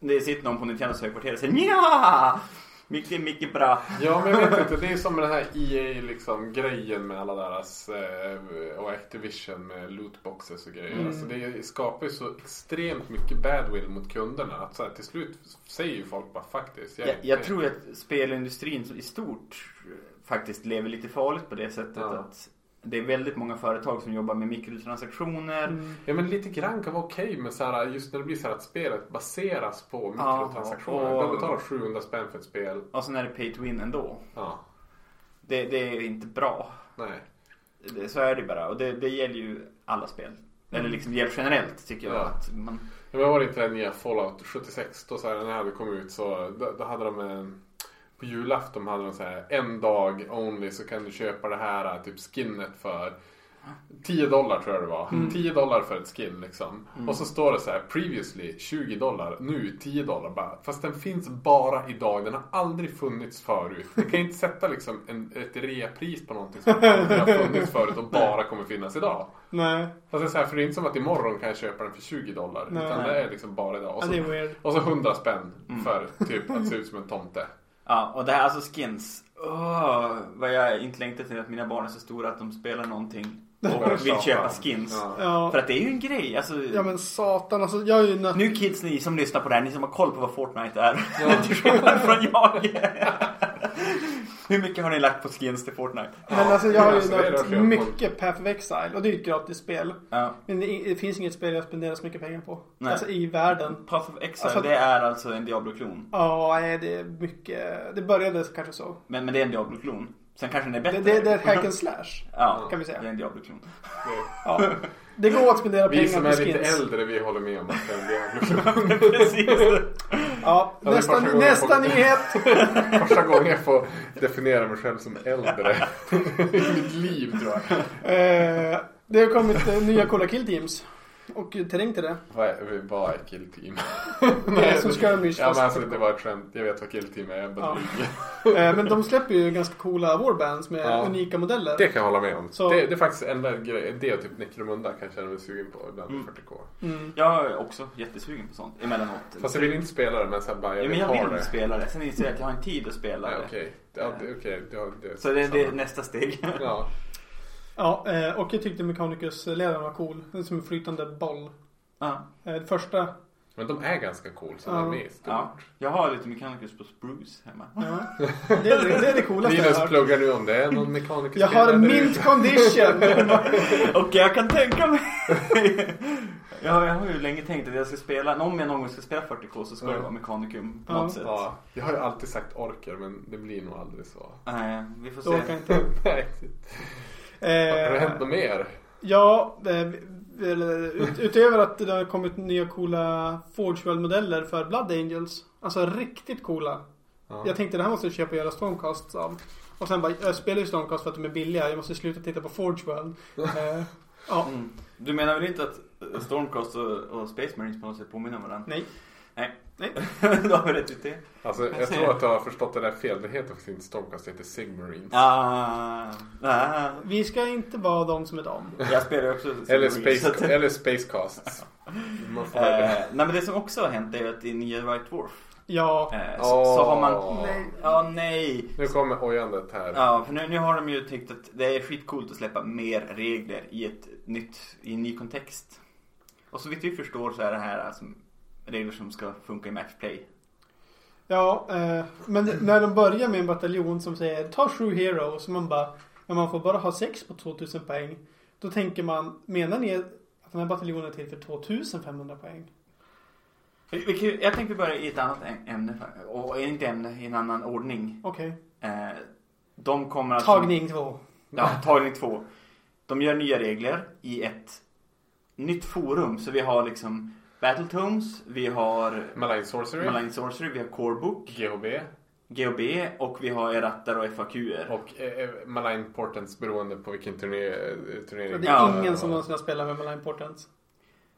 det sitter någon på Nintendos högkvarter och säger nja! Mycket, mycket bra. ja, men jag vet inte. Det är som med den här EA-grejen liksom, grejen med alla deras eh, och Activision med lootboxes och grejer. Alltså, det skapar ju så extremt mycket badwill mot kunderna. Att så här, till slut säger ju folk bara faktiskt. Jag, jag tror ju att spelindustrin i stort eh, faktiskt lever lite farligt på det sättet Ja. att det är väldigt många företag som jobbar med mikrotransaktioner. Mm. Ja men lite grann kan vara okej men så här, just när det blir så här att spelet baseras på Ja, mikrotransaktioner. och- De betalar 700 spänn för ett spel. Och sen är det pay to win ändå. Ja, Det, det är inte bra. nej. Det, så är det bara. Och det, det gäller ju alla spel. Eller liksom det gäller generellt tycker jag. Mm. Ja. Att man, Men var det inte den nya Fallout 76 då så här, när det hade kommit ut så då, då hade de en, på julafton hade de så här en dag only så kan du köpa det här typ skinnet för 10 dollar tror jag det var. 10 dollar för ett skin liksom. Och så står det så här previously 20 dollar, nu 10 dollar bara. Fast den finns bara idag, den har aldrig funnits förut. Du kan inte sätta liksom en, ett reapris på någonting som aldrig har funnits förut och bara kommer finnas idag. Nej. Alltså så här, för det är inte som att imorgon kan jag köpa den för 20 dollar. Nej. utan det är liksom bara idag. Och Ja, så, det är weird. och så 100 spänn Mm. för typ att se ut som en tomte. ja, och det här alltså skins. Åh, vad jag inte längtar till att mina barn är så stora att de spelar någonting Bara och vill tjata. köpa skins. Ja. Ja. För att det är ju en grej. Alltså, ja men satan alltså. Jag är ju nöt... Nu kids ni som lyssnar på det här, ni som har koll på vad Fortnite är. Till skillnad från jag. Hur mycket har ni lagt på skins till Fortnite? Men alltså jag har ju Alltså, det är nött det jag köper. mycket Path of Exile. Och det är ju ett gratis spel. Ja. Men det, det finns inget spel jag spenderar så mycket pengar på. Nej. Alltså i världen. Path of Exile, Alltså- det är alltså en Diablo-klon. Ja, nej, det är mycket. Det började kanske så. Men, men det är en Diablo-klon. Sen kanske den är Det, bättre. det, det är ett hack and slash. Ja, kan vi säga. det är en Diablo-klon. Ja. Det går att spendera Vi pengar som på är lite skins. äldre vi håller med om att det är Precis. Ja, det är nästa, första gången nästa jag får- nyhet. första gången jag får definiera mig själv som äldre i mitt liv tror jag. Eh, det har kommit eh, nya Cola Kill Teams. Och eh, terräng till det. Vad är, vad är kill team? Det är som skirmish. Ja fast- men alltså det var ett skämt. Jag vet vad kill team är. Jag bara Ja. ljuger. Eh, Men de släpper ju ganska coola warbands med Ja. unika modeller. Det kan jag hålla med om. Så- Det, det är faktiskt enda grejen. Det och typ Necromunda kan jag känna mig sugen på ibland Mm. i 40K. Jag är också jättesugen på sånt emellanåt. Fast jag vill inte spela det men så här bara jag Ja, vill men ha jag vill det. spela det. Sen inser jag att jag har inte tid att spela Nej, det. Okej, ja, det, okej. det, har- det, Eh. Så det, det är samma. nästa steg. Ja. Ja, eh, och jag tyckte Mechanicus-ledaren var cool. Den som en flytande boll. Ja. Eh, Det första. Men de är ganska cool som Ja. de är i stort. Ja. Jag har lite Mechanicus på Spruce hemma. Ja. Det, är det, det är det coolaste jag Linus har hört. pluggar nu om det är någon mekaniker Jag har en mint condition. Okej, jag kan tänka mig. jag, har- jag har ju länge tänkt att jag ska spela, om jag någon gång ska spela 40K så ska det Ja. vara Mechanicum på Ja. något sätt. Ja, jag har ju alltid sagt orker men det blir nog aldrig så. Nej, Eh, vi får Då se. orkar jag inte. Nej. Har det hänt Eh, något mer? ja, eh, ut- utöver att det har kommit nya coola Forge World-modeller för Blood Angels. Alltså riktigt coola. Ja. Jag tänkte det här måste jag köpa och göra Stormcasts av. Och sen bara, jag spelar ju Stormcast för att de är billiga. Jag måste sluta titta på Forge World. Eh, ja, Mm. Du menar väl inte att eh, Stormcast och, och Space Marines på något sätt påminner om varandra? nej. Nej. Nej. Då har vi rätt ut det. Alltså, jag ser. tror att jag har förstått det där fel. Det heter faktiskt inte Stormcast, det heter Sigmarines. Ah, ah. Vi ska inte vara de som är dem. Jag spelar ju också Eller, som Marines, så att- space, eller Spacecasts. Man får väl- Eh, nej men det som också har hänt är ju att i nya White Dwarf Ja. eh, så, så har man... Åh. Nej. Ja, nej. Nu kommer ojandet här. Ja, för nu, nu har de ju tyckt att det är skitcoolt att släppa mer regler i, ett nytt, i en ny kontext. Och så vitt vi förstår så är det här alltså, regler som ska funka i matchplay. Ja, eh, men när de börjar med en bataljon som säger ta sju heroes. Och man bara, men man får bara ha sex på 2000 poäng. Då tänker man, menar ni att den här bataljonen är till för 2500 poäng? Vi- vi kan ju- Jag tänkte börja i ett annat äm- ämne, för- och inte ämne, i en annan ordning. Okej. Eh, de kommer alltså... Tagning två. Ja, tagning två. De gör nya regler i ett nytt forum. Så vi har liksom Battletomes, vi har Malign Sorcery, Malign Sorcery, vi har Corebook, GHB GHB och vi har rattar och FAQer. och eh, eh, Malign Portents beroende på vilken turne- eh, Det är turnering. Ja. ingen som någonsin har spelat med Malign Portents.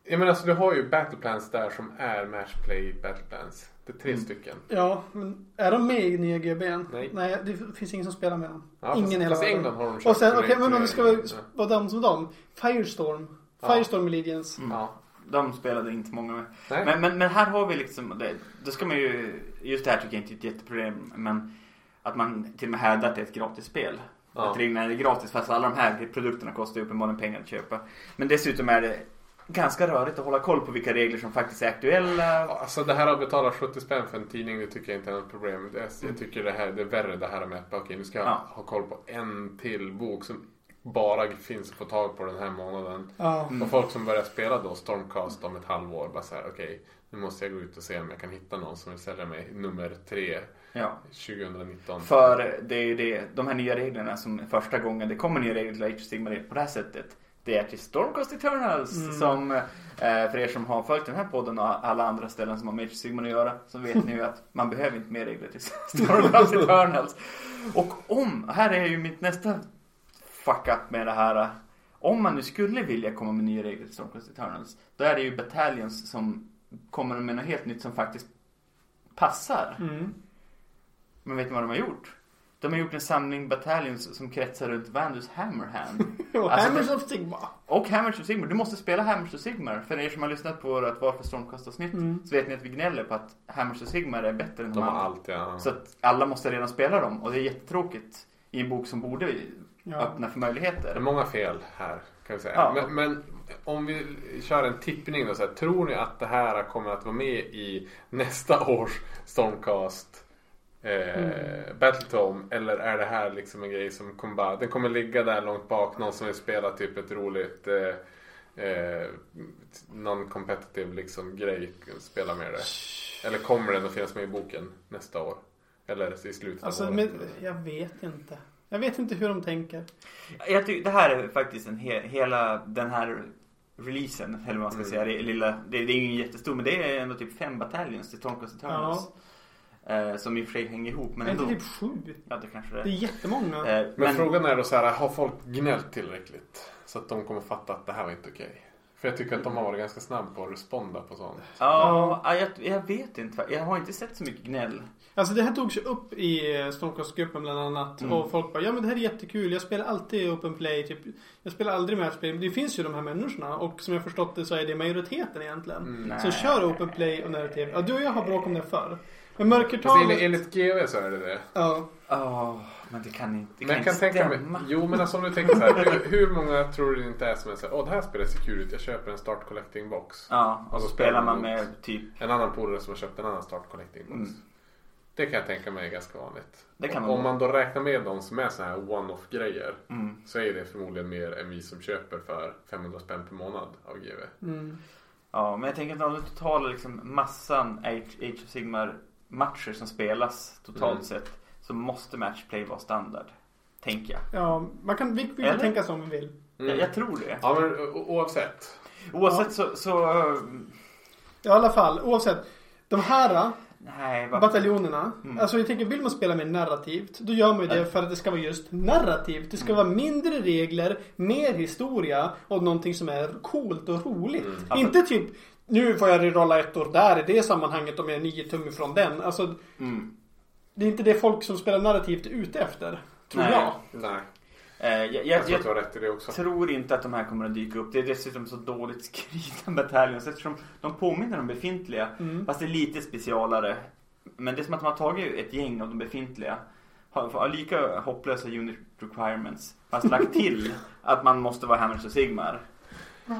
Ja, men alltså, du har ju Battleplans där som är Matchplay Battleplans. Det är tre Mm. stycken. Ja, men är de med i nya GB'n? Nej. det finns ingen som spelar med dem. Ja, ingen fast, i hela fast i världen. England har de kört Och sen, okej, turnering- men om vi ska vara, eh. turnering. vara dem som dem. Firestorm. Ja. Firestorm Allegiance. Ja. De spelade inte många med. Nej. Men, men, men här har vi liksom, det, då ska man ju, just det här tycker jag inte är ett jätteproblem, men att man till och med hävdar att det är ett gratisspel. Ja. Att ringen är gratis fast alla de här produkterna kostar ju uppenbarligen pengar att köpa. Men dessutom är det ganska rörigt att hålla koll på vilka regler som faktiskt är aktuella. Ja, Alltså det här att betala 70 spänn för en tidning det tycker jag inte är något problem. Det- Jag tycker det här det är värre det här med att okej, nu ska jag Mm. Ja. ha koll på en till bok som bara finns att få tag på den här månaden. Ja. Mm. Och folk som börjar spela då Stormcast om ett halvår bara så här okej nu måste jag gå ut och se om jag kan hitta någon som vill sälja mig nummer 3 Ja. 2019. För det är ju det, de här nya reglerna som är första gången det kommer nya regler till Age of Sigmar på det här sättet. Det är till Stormcast Eternals som eh, för er som har följt den här podden och alla andra ställen som har med Age of Sigmar att göra så vet ni ju att man behöver inte mer regler till Stormcast Eternals. Och om, här är ju mitt nästa fuck up med det här. eh, Om man nu skulle vilja komma med nya regler till Stormcast Eternals då är det ju Battalions som kommer med något helt nytt som faktiskt passar. Mm. Men vet ni vad de har gjort? De har gjort en samling batallions som kretsar runt Vandus Hammerhand. Och Alltså, Hammers of Sigma. Och Hammers of Sigmar. Du måste spela Hammers of Sigmar. För er som har lyssnat på vårt Varför stormkastas nytt Mm. så vet ni att vi gnäller på att Hammers of Sigmar är bättre än de, De har andra. allt ja. Så att alla måste redan spela dem och det är jättetråkigt i en bok som borde Ja. öppna för Det är möjligheter. många fel här kan vi säga. Ja. Men, men om vi kör en tippning då. Så här, tror ni att det här kommer att vara med i nästa års Stormcast eh, Mm. Battletome? Eller är det här liksom en grej som kommer bara, den kommer ligga där långt bak. Någon som vill spela typ ett roligt eh, eh, non-competitive liksom grej. Spela med det. Eller kommer den att finnas med i boken nästa år? Eller i slutet Typ av Alltså, året? men, jag vet inte. Jag vet inte hur de tänker. Jag tycker, det här är faktiskt en he- hela den här releasen, eller vad man ska Mm. säga. Det är, lilla, det, det är ju ingen jättestor men det är ändå typ fem batallions till Stormcast Eternals. Eh, som i och för sig hänger ihop men är ändå. inte typ sju? Ja, det kanske det Det är är. jättemånga. Eh, Men, frågan är då så här, har folk gnällt tillräckligt? Så att de kommer fatta att det här var inte okej? För jag tycker att de har varit ganska snabba på att responda på sånt. Ja, ja, jag, jag vet inte. Jag har inte sett så mycket gnäll. Alltså det här togs ju upp i eh, Stormcast-gruppen bland annat. Mm. Och folk bara, ja men det här är jättekul. Jag spelar alltid open play. Typ. Jag spelar aldrig matchplay. Men det finns ju de här människorna. Och som jag förstått det så är det majoriteten egentligen. Så Mm, Nej. kör open play och narrativ. Ja, du och jag har bråkat om det förr. Men Fast enligt, mörkertalet... enligt GV så är det det. Ja. Ja, Oh, men det kan inte, det Men jag kan inte tänka mig, stämma. jo men alltså om du tänker så här, hur, hur många tror du inte är som är så här, åh det här spelar ser kul ut, jag köper en start collecting box. Ja, och så spelar man med typ. En annan polare som har köpt en annan start collecting box. Mm. Det kan jag tänka mig är ganska vanligt. Det kan Och man- Om man då räknar med de som är så här one-off grejer Mm. så är det förmodligen mer än vi som köper för 500 spänn per månad av GV. Mm. Ja, men jag tänker att av den totala liksom, massan Age Age of Sigmar matcher som spelas totalt Mm. sett så måste matchplay vara standard. Tänker jag. Ja, man kan, vi, vi kan Eller? tänka som vi vill. jag. Jag tror det. Mm. Ja, men o- oavsett. Oavsett så, så... eh, I alla fall, oavsett. De här Nej, eh, vad... bataljonerna. Mm. Alltså jag tänker, vill man spela mer narrativt. Då gör man ju det för att det ska vara just narrativt. Det ska Mm. vara mindre regler, mer historia och någonting som är coolt och roligt. Mm. Inte typ, nu får jag rolla ett år där i det sammanhanget om jag är nio tum ifrån den. Alltså, Mm. det är inte det folk som spelar narrativt är ute efter. Tror Nej. jag. Nej, Eh, jag, jag jag, tror jag, att du har rätt i det också. tror inte att de här kommer att dyka upp. Det är dessutom så dåligt skrivna bataljoner eftersom de påminner om befintliga. Mm. Fast det är lite specialare. Men det är som att de har tagit ett gäng av de befintliga. Har, har lika hopplösa unit requirements. Fast lagt till att man måste vara Hammers och Sigmar.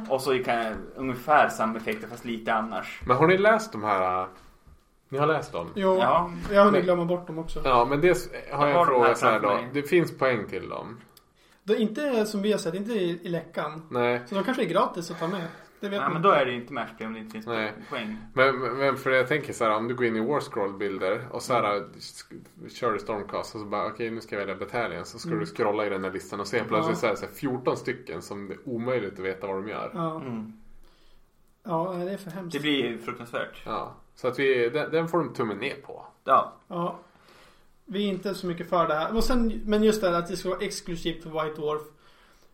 Och så kan jag, ungefär samma effekter fast lite annars. Men har ni läst de här? äh, Ni har läst dem? Jo, Ja. jag har hunnit glömma bort dem också. Ja, men det har Jag jag har en de fråga här så här framför då. mig. Det finns poäng till dem? Det är inte som vi har sett, inte i, i läckan. Nej. Så de kanske är gratis att ta med. Det vet Nej man men då är det ju inte matchplay om det inte finns Nej. poäng. Men, men- men för jag tänker så här, om du går in i Warscroll-bilder och så här, Mm. sk- kör du Stormcast och så bara okej nu ska jag välja Battalion. Så ska Mm. du scrolla i den här listan och se plötsligt Ja. så, här, så här 14 stycken som det är omöjligt att veta vad de gör. Ja. Mm. Ja, det är för hemskt. Det blir ju fruktansvärt. Ja. Så att vi, den, den får de tummen ner på. Ja. Ja. Vi är inte så mycket för det här. Och sen, men just det här att det ska vara exklusivt för White Dwarf.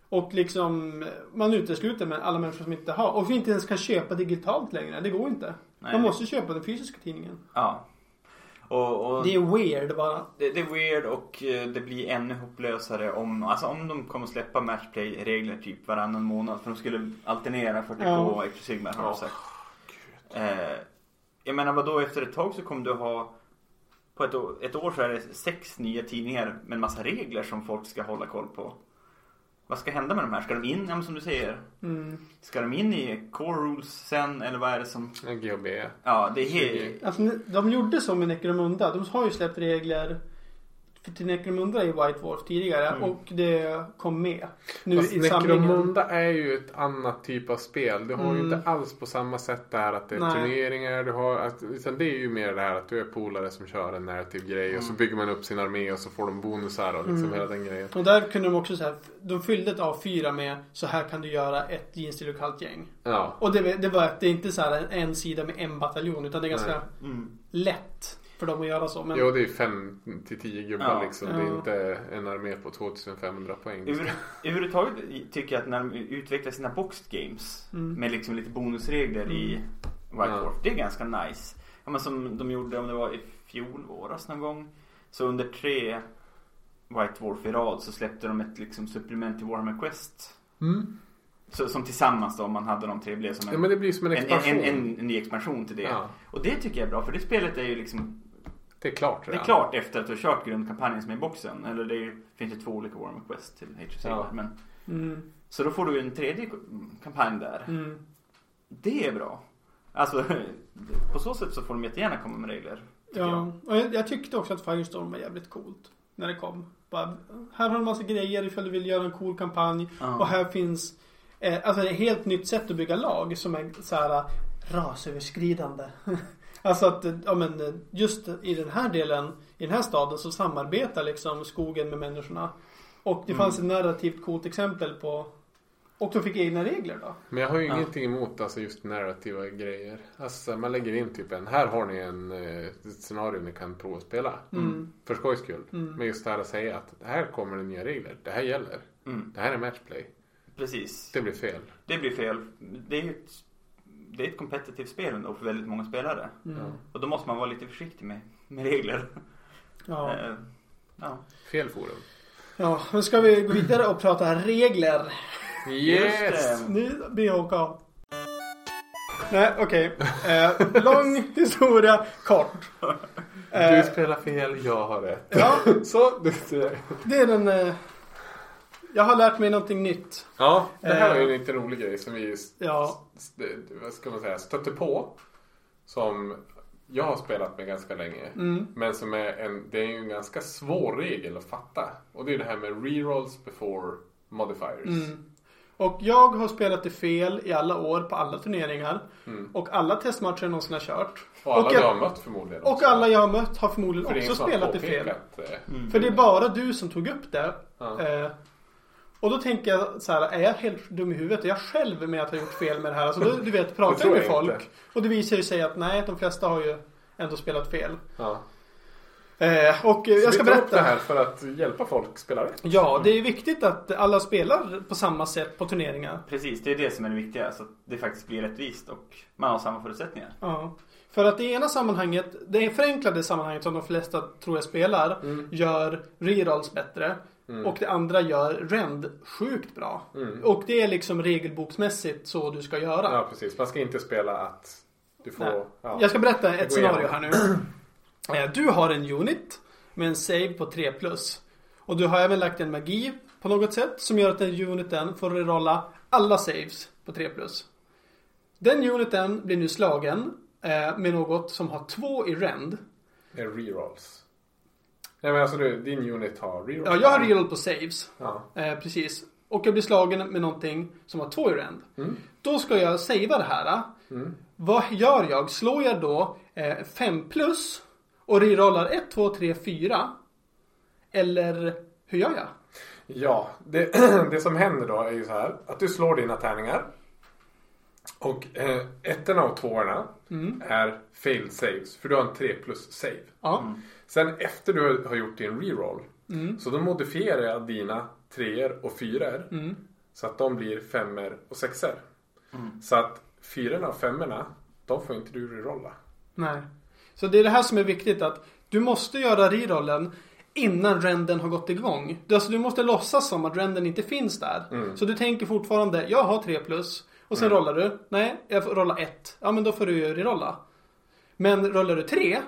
Och liksom, man utesluter med alla människor som inte har. Och vi inte ens kan köpa digitalt längre. Det går inte. Nej, man det- måste köpa den fysiska tidningen. ja. Och, och Det är weird bara. det, det är weird och eh, det blir ännu hopplösare om, alltså om de kommer släppa matchplay-regler typ varannan månad. För de skulle alternera 40k Ja. och Age of Sigmar har de Ja. sagt. Eh, jag menar vadå, efter ett tag så kommer du ha på ett år, ett år så är det sex nya tidningar med en massa regler som folk ska hålla koll på. Vad ska hända med de här? Ska de in, ja, men som du säger, Mm. ska de in i core rules sen eller vad är det som? En GHB. Ja, det är helt... Alltså, de gjorde så med Necromunda. De har ju släppt regler för till Necromunda i White Wolf tidigare. Och det kom med. Nu Fast i samlingen. Necromunda är ju ett annat typ av spel. Du har ju Mm. inte alls på samma sätt där att det är Nej. turneringar. Du har, att, utan det är ju mer det här att du är polare som kör en narrativ grej och Mm. så bygger man upp sin armé och så får de bonusar och liksom hela den grejen. Och där kunde de också säga, de fyllde ett A4 med så här kan du göra ett jeans till och kallt gäng. Ja. Och det, det var det är inte så här en, en sida med en bataljon utan det är ganska Mm. lätt för dem att göra så. Men Jo, det är 5 till 10 gubbar Ja. liksom. Det är Ja. inte en armé på 2500 poäng. Över- Överhuvudtaget tycker jag att när de utvecklar sina boxed games Mm. med liksom lite bonusregler i White Mm. Ja. Dwarf, det är ganska nice. Ja, men som de gjorde om det var i fjol våras någon gång. Så under tre White Dwarf i rad så släppte de ett liksom supplement till Warhammer Quest. Mm. Så, som tillsammans då, om man hade de tre, blev som en, liksom. Ja, men det blir som en en, en, expansion. en, en, en ny expansion till det. Ja. Och det tycker jag är bra, för det spelet är ju liksom Det är klart det är klart efter att du har kört grundkampanjen som är i boxen. Eller det är, ju- finns ju två olika Warhammer Quest till HC. Ja. Men mm, så då får du en tredje kampanj där. mm. Det är bra. Alltså, på så sätt så får de jättegärna komma med regler. tycker Ja. Och jag, jag tyckte också att Firestorm var jävligt coolt när det kom. Bara, här har du en massa grejer ifall du vill göra en cool kampanj. Ja. Och här finns eh, alltså ett helt nytt sätt att bygga lag som är så här eh, rasöverskridande. alltså att, eh, ja men eh, just i den här delen, i den här staden så samarbetar liksom skogen med människorna. Och det fanns Mm. ett narrativt coolt exempel på och de fick egna regler då. Men jag har ju Ja. ingenting emot alltså, just narrativa grejer. Alltså, man lägger in typ en, här har ni en, eh, ett scenario ni kan prova att spela. För skojs skull. Mm. Men just det här att säga att här kommer det nya regler. Det här gäller. Mm. Det här är matchplay. Precis. Det blir fel. Det blir fel. Det är ju ett, det är ett competitive spel ändå för väldigt många spelare. Mm. Ja. Och då måste man vara lite försiktig med, med regler. Ja. Eh, ja. Fel forum. ja, men ska vi gå vidare och prata regler? Yes! Just det. Nu blir jag åka av. Nej, okej. Eh, lång historia kort. Eh, Du spelar fel, jag har rätt. Ja, Så, du ser. Det är den... Eh, jag har lärt mig någonting nytt. Ja, det här Eh. är ju en lite rolig grej som vi s- Ja. s- det- vad ska man säga, stötte på. Som jag har spelat med ganska länge. Mm. Men som är en, det är ju en ganska svår regel att fatta. Och det är det här med rerolls before modifiers. Mm. Och jag har spelat det fel i alla år på alla turneringar. Mm. Och alla testmatcher jag någonsin har kört. Och alla du jag, har mött förmodligen och också. alla jag har mött har För förmodligen det är ingen också som har spelat det fel. påpekat, eh, För det är bara du som tog upp det. Ja. Eh, och då tänker jag så här, är jag helt dum i huvudet? Är jag själv med att ha gjort fel med det här? Alltså, då, du vet, pratar jag tror med jag folk. inte. Och det visar ju sig att nej, de flesta har ju ändå spelat fel. Ja. Eh, och eh, jag Så ska vi tar upp berätta. det här för att hjälpa folk spela rätt. Ja, det är viktigt att alla spelar på samma sätt på turneringar. Precis, det är det som är det viktiga. Så att det faktiskt blir rättvist och man har samma förutsättningar. Ja. För att det ena sammanhanget, det förenklade sammanhanget som de flesta tror jag spelar, gör rerolls bättre. Och det andra gör rend sjukt bra. Och det är liksom regelboksmässigt så du ska göra. Ja, precis. Man ska inte spela att du Nej. får... Ja. Jag ska berätta ett går scenario igenom. här nu. Eh, Du har en unit med en save på 3 plus. Och du har även lagt en magi på något sätt som gör att den uniten får rerolla alla saves på 3 plus. Den uniten blir nu slagen eh, med något som har 2 i rend. Det är rerolls. Nej men alltså du, din unit har rerolls. Ja, jag har reroll på saves. Ja. Eh, precis. Och jag blir slagen med någonting som har två i rend. Då ska jag savea det här. Vad gör jag? Slår jag då 5 plus och rerollar 1, 2, 3, 4? Eller hur gör jag? Ja, det, det som händer då är ju så här att du slår dina tärningar. Och eh, ettorna och tvåorna Mm. är failed saves. För du har en 3 plus save. Ja. Sen efter du har gjort din reroll. Mm. Så då modifierar jag dina treor och fyror. Mm. Så att de blir femmer och sexer. Så att fyrorna och femmorna, de får inte du rerolla. Nej. Så det är det här som är viktigt att du måste göra rerollen innan renden har gått igång. Du, alltså, du måste låtsas som att renden inte finns där. Så du tänker fortfarande, jag har 3 plus. Och sen rollar du. Nej, jag får rolla 1. Ja, men då får du ju rerolla. Men rullar du tre,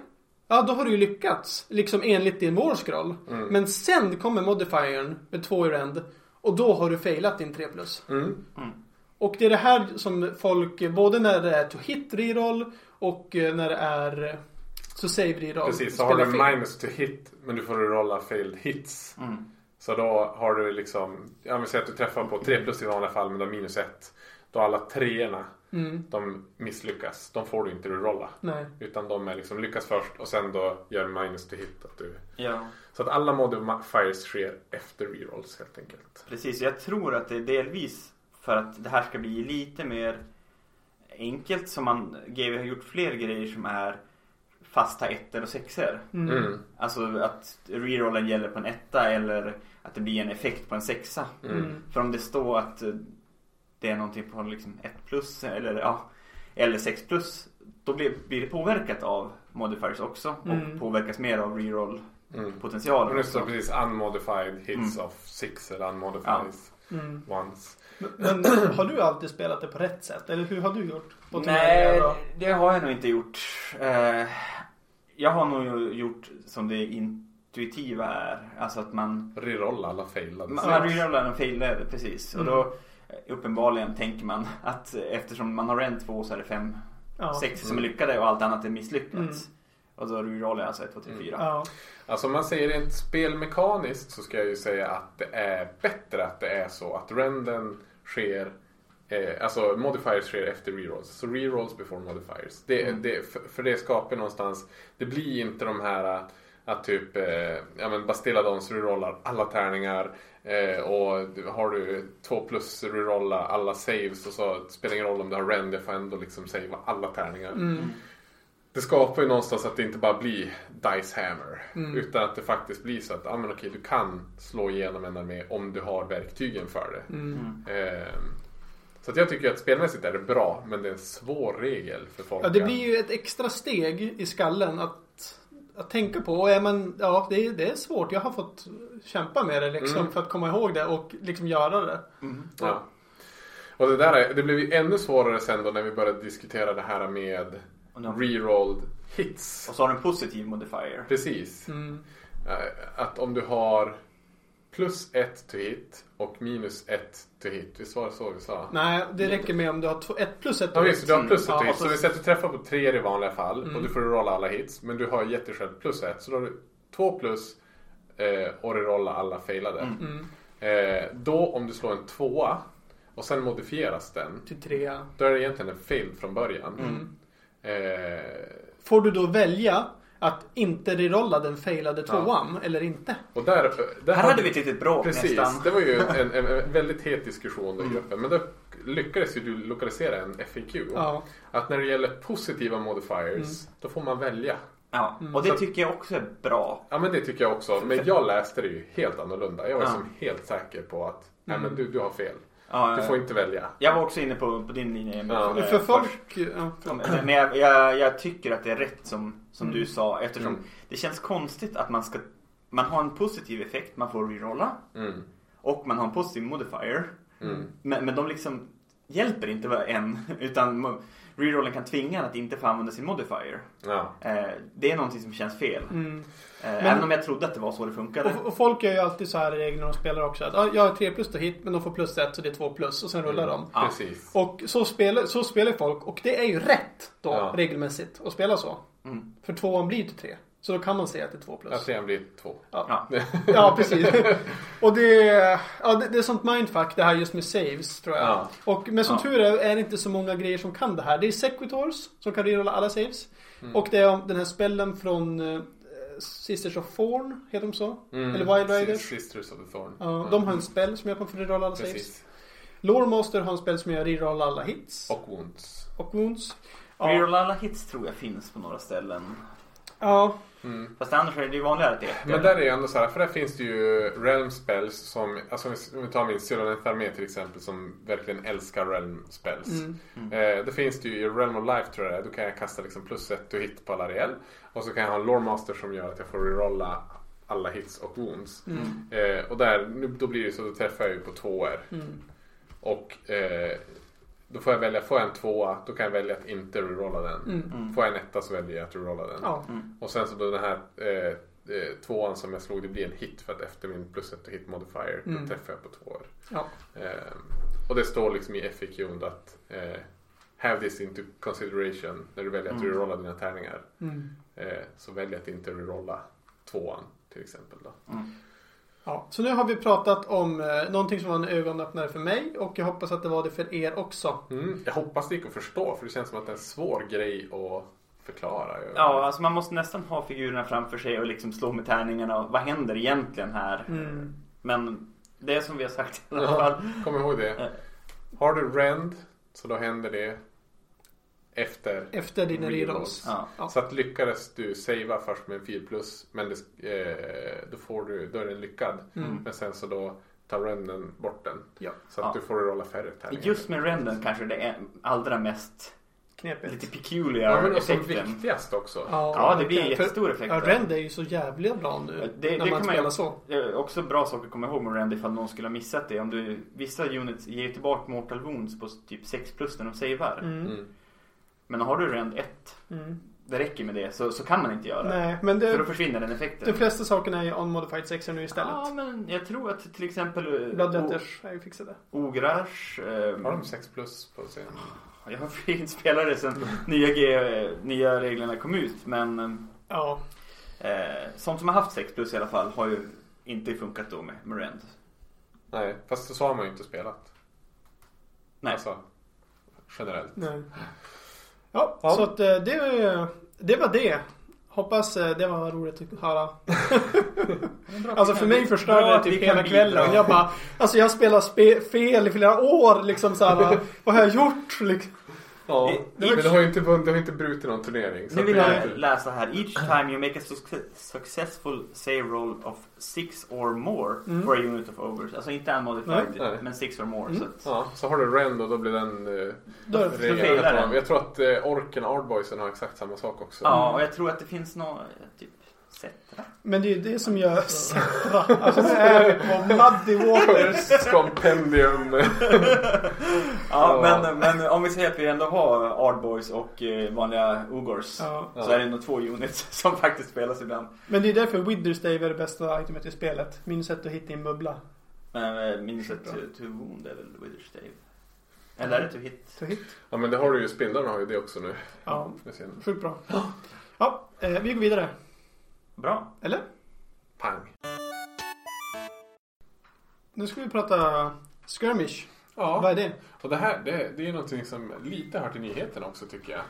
ja då har du ju lyckats. Liksom enligt din warscroll. Mm. Men sen kommer modifiern med två i rend. Och då har du failat din 3 plus. Mm. Mm. Och det är det här som folk, både när det är to hit reroll och eh, när det är eh, to save reroll. Precis, så har du spelar fel. minus to hit men du får rerolla failed hits. Så då har du liksom, jag vill säga att du träffar på 3 plus i vanliga fall men du har minus 1. Då alla treorna, de misslyckas. De får du inte rerolla. Mm. Nej. Utan de är liksom lyckas först och sen då gör minus to hit att du... Ja. Så att alla modifiers sker efter rerolls helt enkelt. Precis, jag tror att det är delvis för att det här ska bli lite mer enkelt som man, GW har gjort fler grejer som är fasta ettor och sexor. Mm. Alltså att rerollen gäller på en etta eller att det blir en effekt på en sexa. Mm. För om det står att eh, det är någonting på liksom 1 plus eller ja, eller 6 plus. Då blir, blir det påverkat av modifiers också och påverkas mer av reroll Mm. Och potentialen. nu står det precis unmodified hits of six eller unmodified ones. Men har du alltid spelat det på rätt sätt? Eller hur har du gjort? På turneringar Nej, då? det har jag nog inte gjort. Eh, Jag har nog gjort som det intuitiva är. Alltså att man Rerolla alla failade. Man, man rerollar en failed, precis. Och Mm. då eh, uppenbarligen tänker man att eh, eftersom man har rent två så är det fem, Ja. Mm. sex Mm. som är lyckade och allt annat är misslyckat. Och då rerollar jag alltså ett, två, Mm. tre, fyra. Ja. Alltså om man säger rent spelmekaniskt så ska jag ju säga att det är bättre att det är så att renden sker Eh, alltså modifiers sker efter rerolls. Så rerolls before modifiers. Det, det, för, för det skapar någonstans, det blir inte de här eh, att typ eh, ja, men Bastilla Dons rerollar alla tärningar eh, och du- har du 2 plus rerolla alla saves och så spelar det ingen roll om du har rend, jag får ändå liksom savea alla tärningar. Det skapar ju någonstans att det inte bara blir Dice Hammer. Mm. Utan att det faktiskt blir så att ah, men okej, du kan slå igenom en armé om du har verktygen för det. Mm. Ehm, så att jag tycker att spelmässigt är det bra, men det är en svår regel för folk. Ja, det att- blir ju ett extra steg i skallen att, att tänka på. Och är man, ja, det, är- det är svårt. Jag har fått kämpa med det liksom Mm. för att komma ihåg det och liksom göra det. Mm. Ja. Och det, där är, det blev ju ännu svårare sen då när vi började diskutera det här med Och de- rerolled hits. Och så har du en positiv modifier. Precis. Mm. Eh, Att om du har plus ett to hit och minus ett to hit. Visst var det så vi sa? Nej, det räcker med om du har två, ett plus ett Mm. Ja, visst, du Mm. har plus ett Ja, till hit. och så- Mm. Så vi säger att du träffar på tre i vanliga fall och du får rolla alla hits. Men du har gett dig själv plus ett. Så då har du två plus eh, och rolla alla failade. Mm. Mm. Eh, då om du slår en tvåa och sen modifieras den. till tre. Då är det egentligen en fail från början. Mm. Eh, Får du då välja att inte rerolla den failade tvåan eller inte? och där, där Här hade vi ett litet bråk Precis, nästan. Mm. det var ju en, en, en väldigt het diskussion i gruppen. Men då lyckades ju du lokalisera en FAQ. Ja. Mm. Att när det gäller positiva modifiers, då får man välja. Ja. Och det tycker jag också är bra. Ja men det tycker jag också. Men jag läste det ju helt annorlunda. Jag var som helt säker på att nej, men du, du har fel. Ja, Du ja. får inte välja. Jag var också inne på, på din linje. Emil, Ja. eh, För först. folk... Ja, förlåt. Men jag, jag, jag tycker att det är rätt som, som du sa eftersom det känns konstigt att man ska Man har en positiv effekt, man får rerolla Mm. och man har en positiv modifier. Men, men de liksom hjälper inte var- en utan mo- rerollen kan tvinga en att inte få använda sin modifier. Ja. Eh, det är någonting som känns fel. Mm. Eh, även om jag trodde att det var så det funkade. Och, och folk gör ju alltid så här i regler när de spelar också. Att, ja, jag har tre plus till hit men de får plus ett så det är två plus och sen Mm. rullar de. Ja. Precis. Och så spelar, så spelar folk och det är ju rätt då Ja. Mm. regelmässigt att spela så. För tvåan blir till tre. Så då kan man säga att det är två plus. Ja, trean blir två. Ja. Ja, precis. Och det, är- ja, det, det är sånt mindfuck det här just med saves tror jag. Ja. Och, men som Ja. tur är, är det inte så många grejer som kan det här. Det är Sequitors som kan rerolla alla saves. Mm. Och det är om den här spellen från eh, Sisters of Forn, heter de så? Eller Wild Riders. Sisters Mm. of the Thorn. Ja, de har en spell som gör att man får rerolla alla saves. Precis. Loremaster har en spel som gör reroll alla hits Och Wounds. och wounds. Ja, Reroll alla hits tror jag finns på några ställen. ja Fast annars är det ju vanligare att det är ett. Men där är ju ändå så här, för där finns det ju realm spells som, alltså om vi- om vi tar min Syraneth armé till exempel som verkligen älskar realm spells. Mm. Eh, det finns det ju i realm of life tror jag det är. då kan jag kasta liksom plus ett to hit på alla reell. Och så kan jag ha en lore master som gör att jag får rerolla alla hits och wounds. Mm. Eh, och där, nu, då blir det så, då träffar jag ju på tvåor. Mm. Och eh, då får jag välja, får jag en tvåa då kan jag välja att inte rerolla den. Mm. Får jag en etta så väljer jag att rerolla den. Mm. ja. Och sen så då den här eh, eh, tvåan som jag slog, det blir en hit för att efter min plus ett hit modifier, Mm. då träffar jag på tvåor. ja. Eh, och det står liksom i FAQ att eh, have this into consideration när du väljer att rerolla dina tärningar. Mm. Eh, så välj att inte rerolla tvåan till exempel då. Ja, så nu har vi pratat om eh, någonting som var en ögonöppnare för mig och jag hoppas att det var det för er också. Mm. Jag hoppas det gick att förstå för det känns som att det är en svår grej att förklara. ju. Ja, alltså man måste nästan ha figurerna framför sig och liksom slå med tärningarna. Och vad händer egentligen här? Mm. Men det är som vi har sagt i alla Ja, fall. kom ihåg det. Har du rend så då händer det efter Efter dina Reloads. rerolls. Ja. Ja. Så att lyckades du savea först med en 4 plus men det, eh, då, får du, då är den lyckad. Men sen så då tar renden bort den. Ja. Så att Mm. Ja. du får rolla färre tärningar. Just med renden kanske det är allra mest lite Knepigt. ja, peculiar men och som effekten. viktigast också. Ja, det blir verkligen. jättestor För- effekt Ja, där. Rend är ju så jävla bra Det, nu. det när man kan man spelar ju så. det är också bra saker att komma ihåg med Rend ifall någon skulle ha missat det. Om du, vissa units ger ju tillbaka Mortal Wounds på typ 6 plus när de savear. Mm. Men har du Rend 1, Mm. det räcker med det, så, så kan man inte göra. Nej, men För då det, försvinner den effekten. de flesta sakerna är ju unmodified 6 nu istället. Ja, men jag tror att till exempel eh, Blood o- Letters är ju fixade. Ogrars. ehm, Har de 6 plus på scenen? jag har fler spelare sedan nya, G, eh, nya reglerna kom ut. Men Ja. eh, sånt som har haft 6 plus i alla fall har ju inte funkat då med Morend. Nej, fast så har man ju inte spelat. Nej. Alltså, generellt. Nej. Ja, Ja. så att eh, det, det var det. Hoppas eh, det var roligt att höra. alltså för mig förstörde Bra det att vi typ kan hela kvällen. bidra. Jag bara, alltså jag spelar spe- fel i flera år liksom så här, Vad har jag gjort? Liksom. Ja, det var- men du har ju inte, vunnit- du har ju inte brutit någon turnering. Så Nu att vill det är jag inte- läsa här. Each time you make a suc- successful save roll of 6 or more Mm. for a unit of ogres. Alltså inte unmodified, Nej. men 6 or more. Så att, Ja, så har du rend och då blir den... Eh, Då är det- regeln. då failar den. jag tror att eh, orken och Ardboysen har exakt samma sak också. ja, och jag tror att det finns något typ Cetra. Men det är ju det som gör Sätra. Alltså det är på Muddy Waters. Skompendium. Ja, Ja. men, men om vi säger att vi ändå har Ardboys och eh, vanliga Ogors. Ja. Så är det nog två units som faktiskt spelas ibland. Men det är därför Withers Dave är det bästa itemet i spelet. Min sätt att hitta en bubbla. Men eh, minns att to, to Wound är väl Withers Dave? Eller är det To Hit? Så hit. Ja men det har du ju, spindeln har ju det också nu. Ja, Nu ser ni. sjukt bra. Ja, eh, vi går vidare. Bra. Eller? Pang. Nu ska vi prata skirmish. Vad är Ja, det? och det här det, det är ju någonting som lite hör till nyheterna också tycker jag.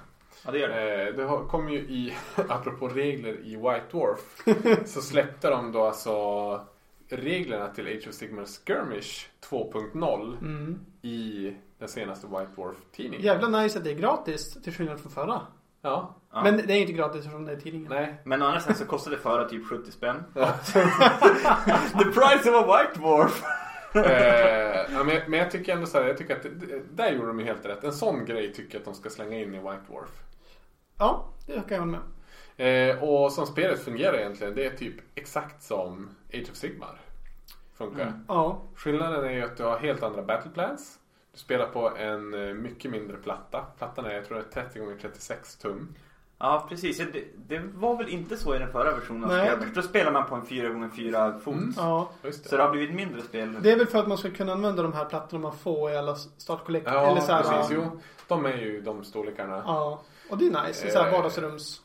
Ja, det gör det. Eh, det har- kom ju i, apropå regler i White Dwarf, så släppte de då alltså reglerna till Age of Sigmar Skirmish 2.0 i den senaste White Dwarf-tidningen. Jävla nice att det är gratis till skillnad från förra. Ja, Ja. Men det är inte gratis eftersom det är tidningen. nej. Men å andra sidan så kostade det föra typ 70 spänn. The price of a white dwarf! Eh, ja, men, men jag tycker ändå så här, jag tycker att det- det, där gjorde de ju helt rätt. En sån grej tycker jag att de ska slänga in i White Dwarf. Ja, det kan jag hålla med. Eh, och som spelet fungerar egentligen, det är typ exakt som Age of Sigmar funkar. Ja, Skillnaden är ju att du har helt andra battle plans. Du spelar på en eh, mycket mindre platta. Plattan är, jag tror det är 30 gånger 36 tum. Ja, precis. Ja, Det, det var väl inte så i den förra versionen av Nej. spelet. Då spelar man på en 4x4 fot. ja. Ja, Just Så Mm. det har blivit mindre spel. Det är väl för att man ska kunna använda de här plattorna man får i alla startkollekt. Ja, eller så här, precis. ja. Jo, de är ju de storlekarna. Ja, ja. Och det är nice. Så här Eh. vardagsrums...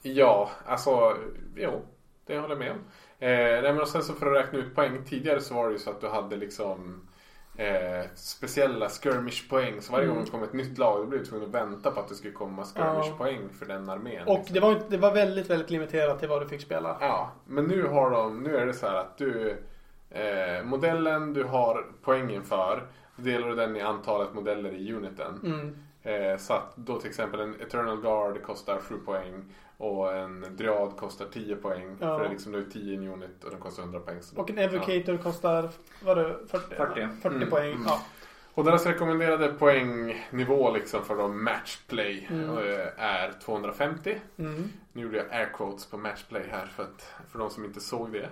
alltså jo, det håller jag med om. Eh, nej, men och sen så för att räkna ut poäng. Tidigare så var det ju så att du hade liksom eh, speciella skirmish-poäng. Så varje gång det kom ett nytt lag då blev du tvungen att vänta på att det skulle komma skirmish-poäng för den armén. liksom. Och det var, inte- det var väldigt, väldigt limiterat till vad du fick spela. Ja, men nu har de, nu är det så här att du eh, modellen du har poängen för delar du den i antalet modeller i uniten. Mm. Eh, så att då till exempel en Eternal Guard kostar 7 poäng och en Dryad kostar 10 poäng. Ja. För det är liksom nu 10 i en unit och den kostar 100 poäng. Så då- Och en Evocator kostar, vad är det, 40, 40. 40 Mm. poäng. Ja. Och deras rekommenderade poängnivå liksom för då matchplay Mm. eh, är 250. Mm. Nu gjorde jag air quotes på matchplay här för, att, för de som inte såg det.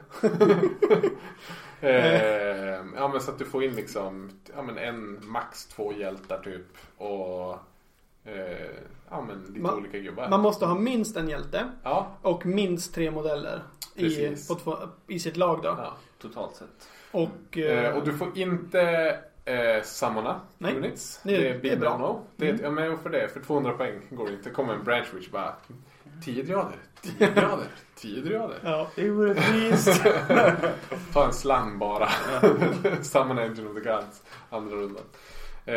eh, ja men så att du får in liksom ja, men en, max två hjältar typ. Och eh, ja men lite Man- olika gubbar. Man måste ha minst en hjälte ja, och minst tre modeller i, Precis. på två, i sitt lag då. ja. Totalt sett. Och, Eh, och du får inte eh, summona Nej. units. Det- Det, det är big är bra. Mm. no-no. Det är, Ja men för det, för 200 poäng går det inte. kommer en branch witch bara 10 dryader, 10 dryader, 10 dryader. ja. Det vore trist. Ta en slang bara. Summon Engine of the Gods. Andra rundan. Eh,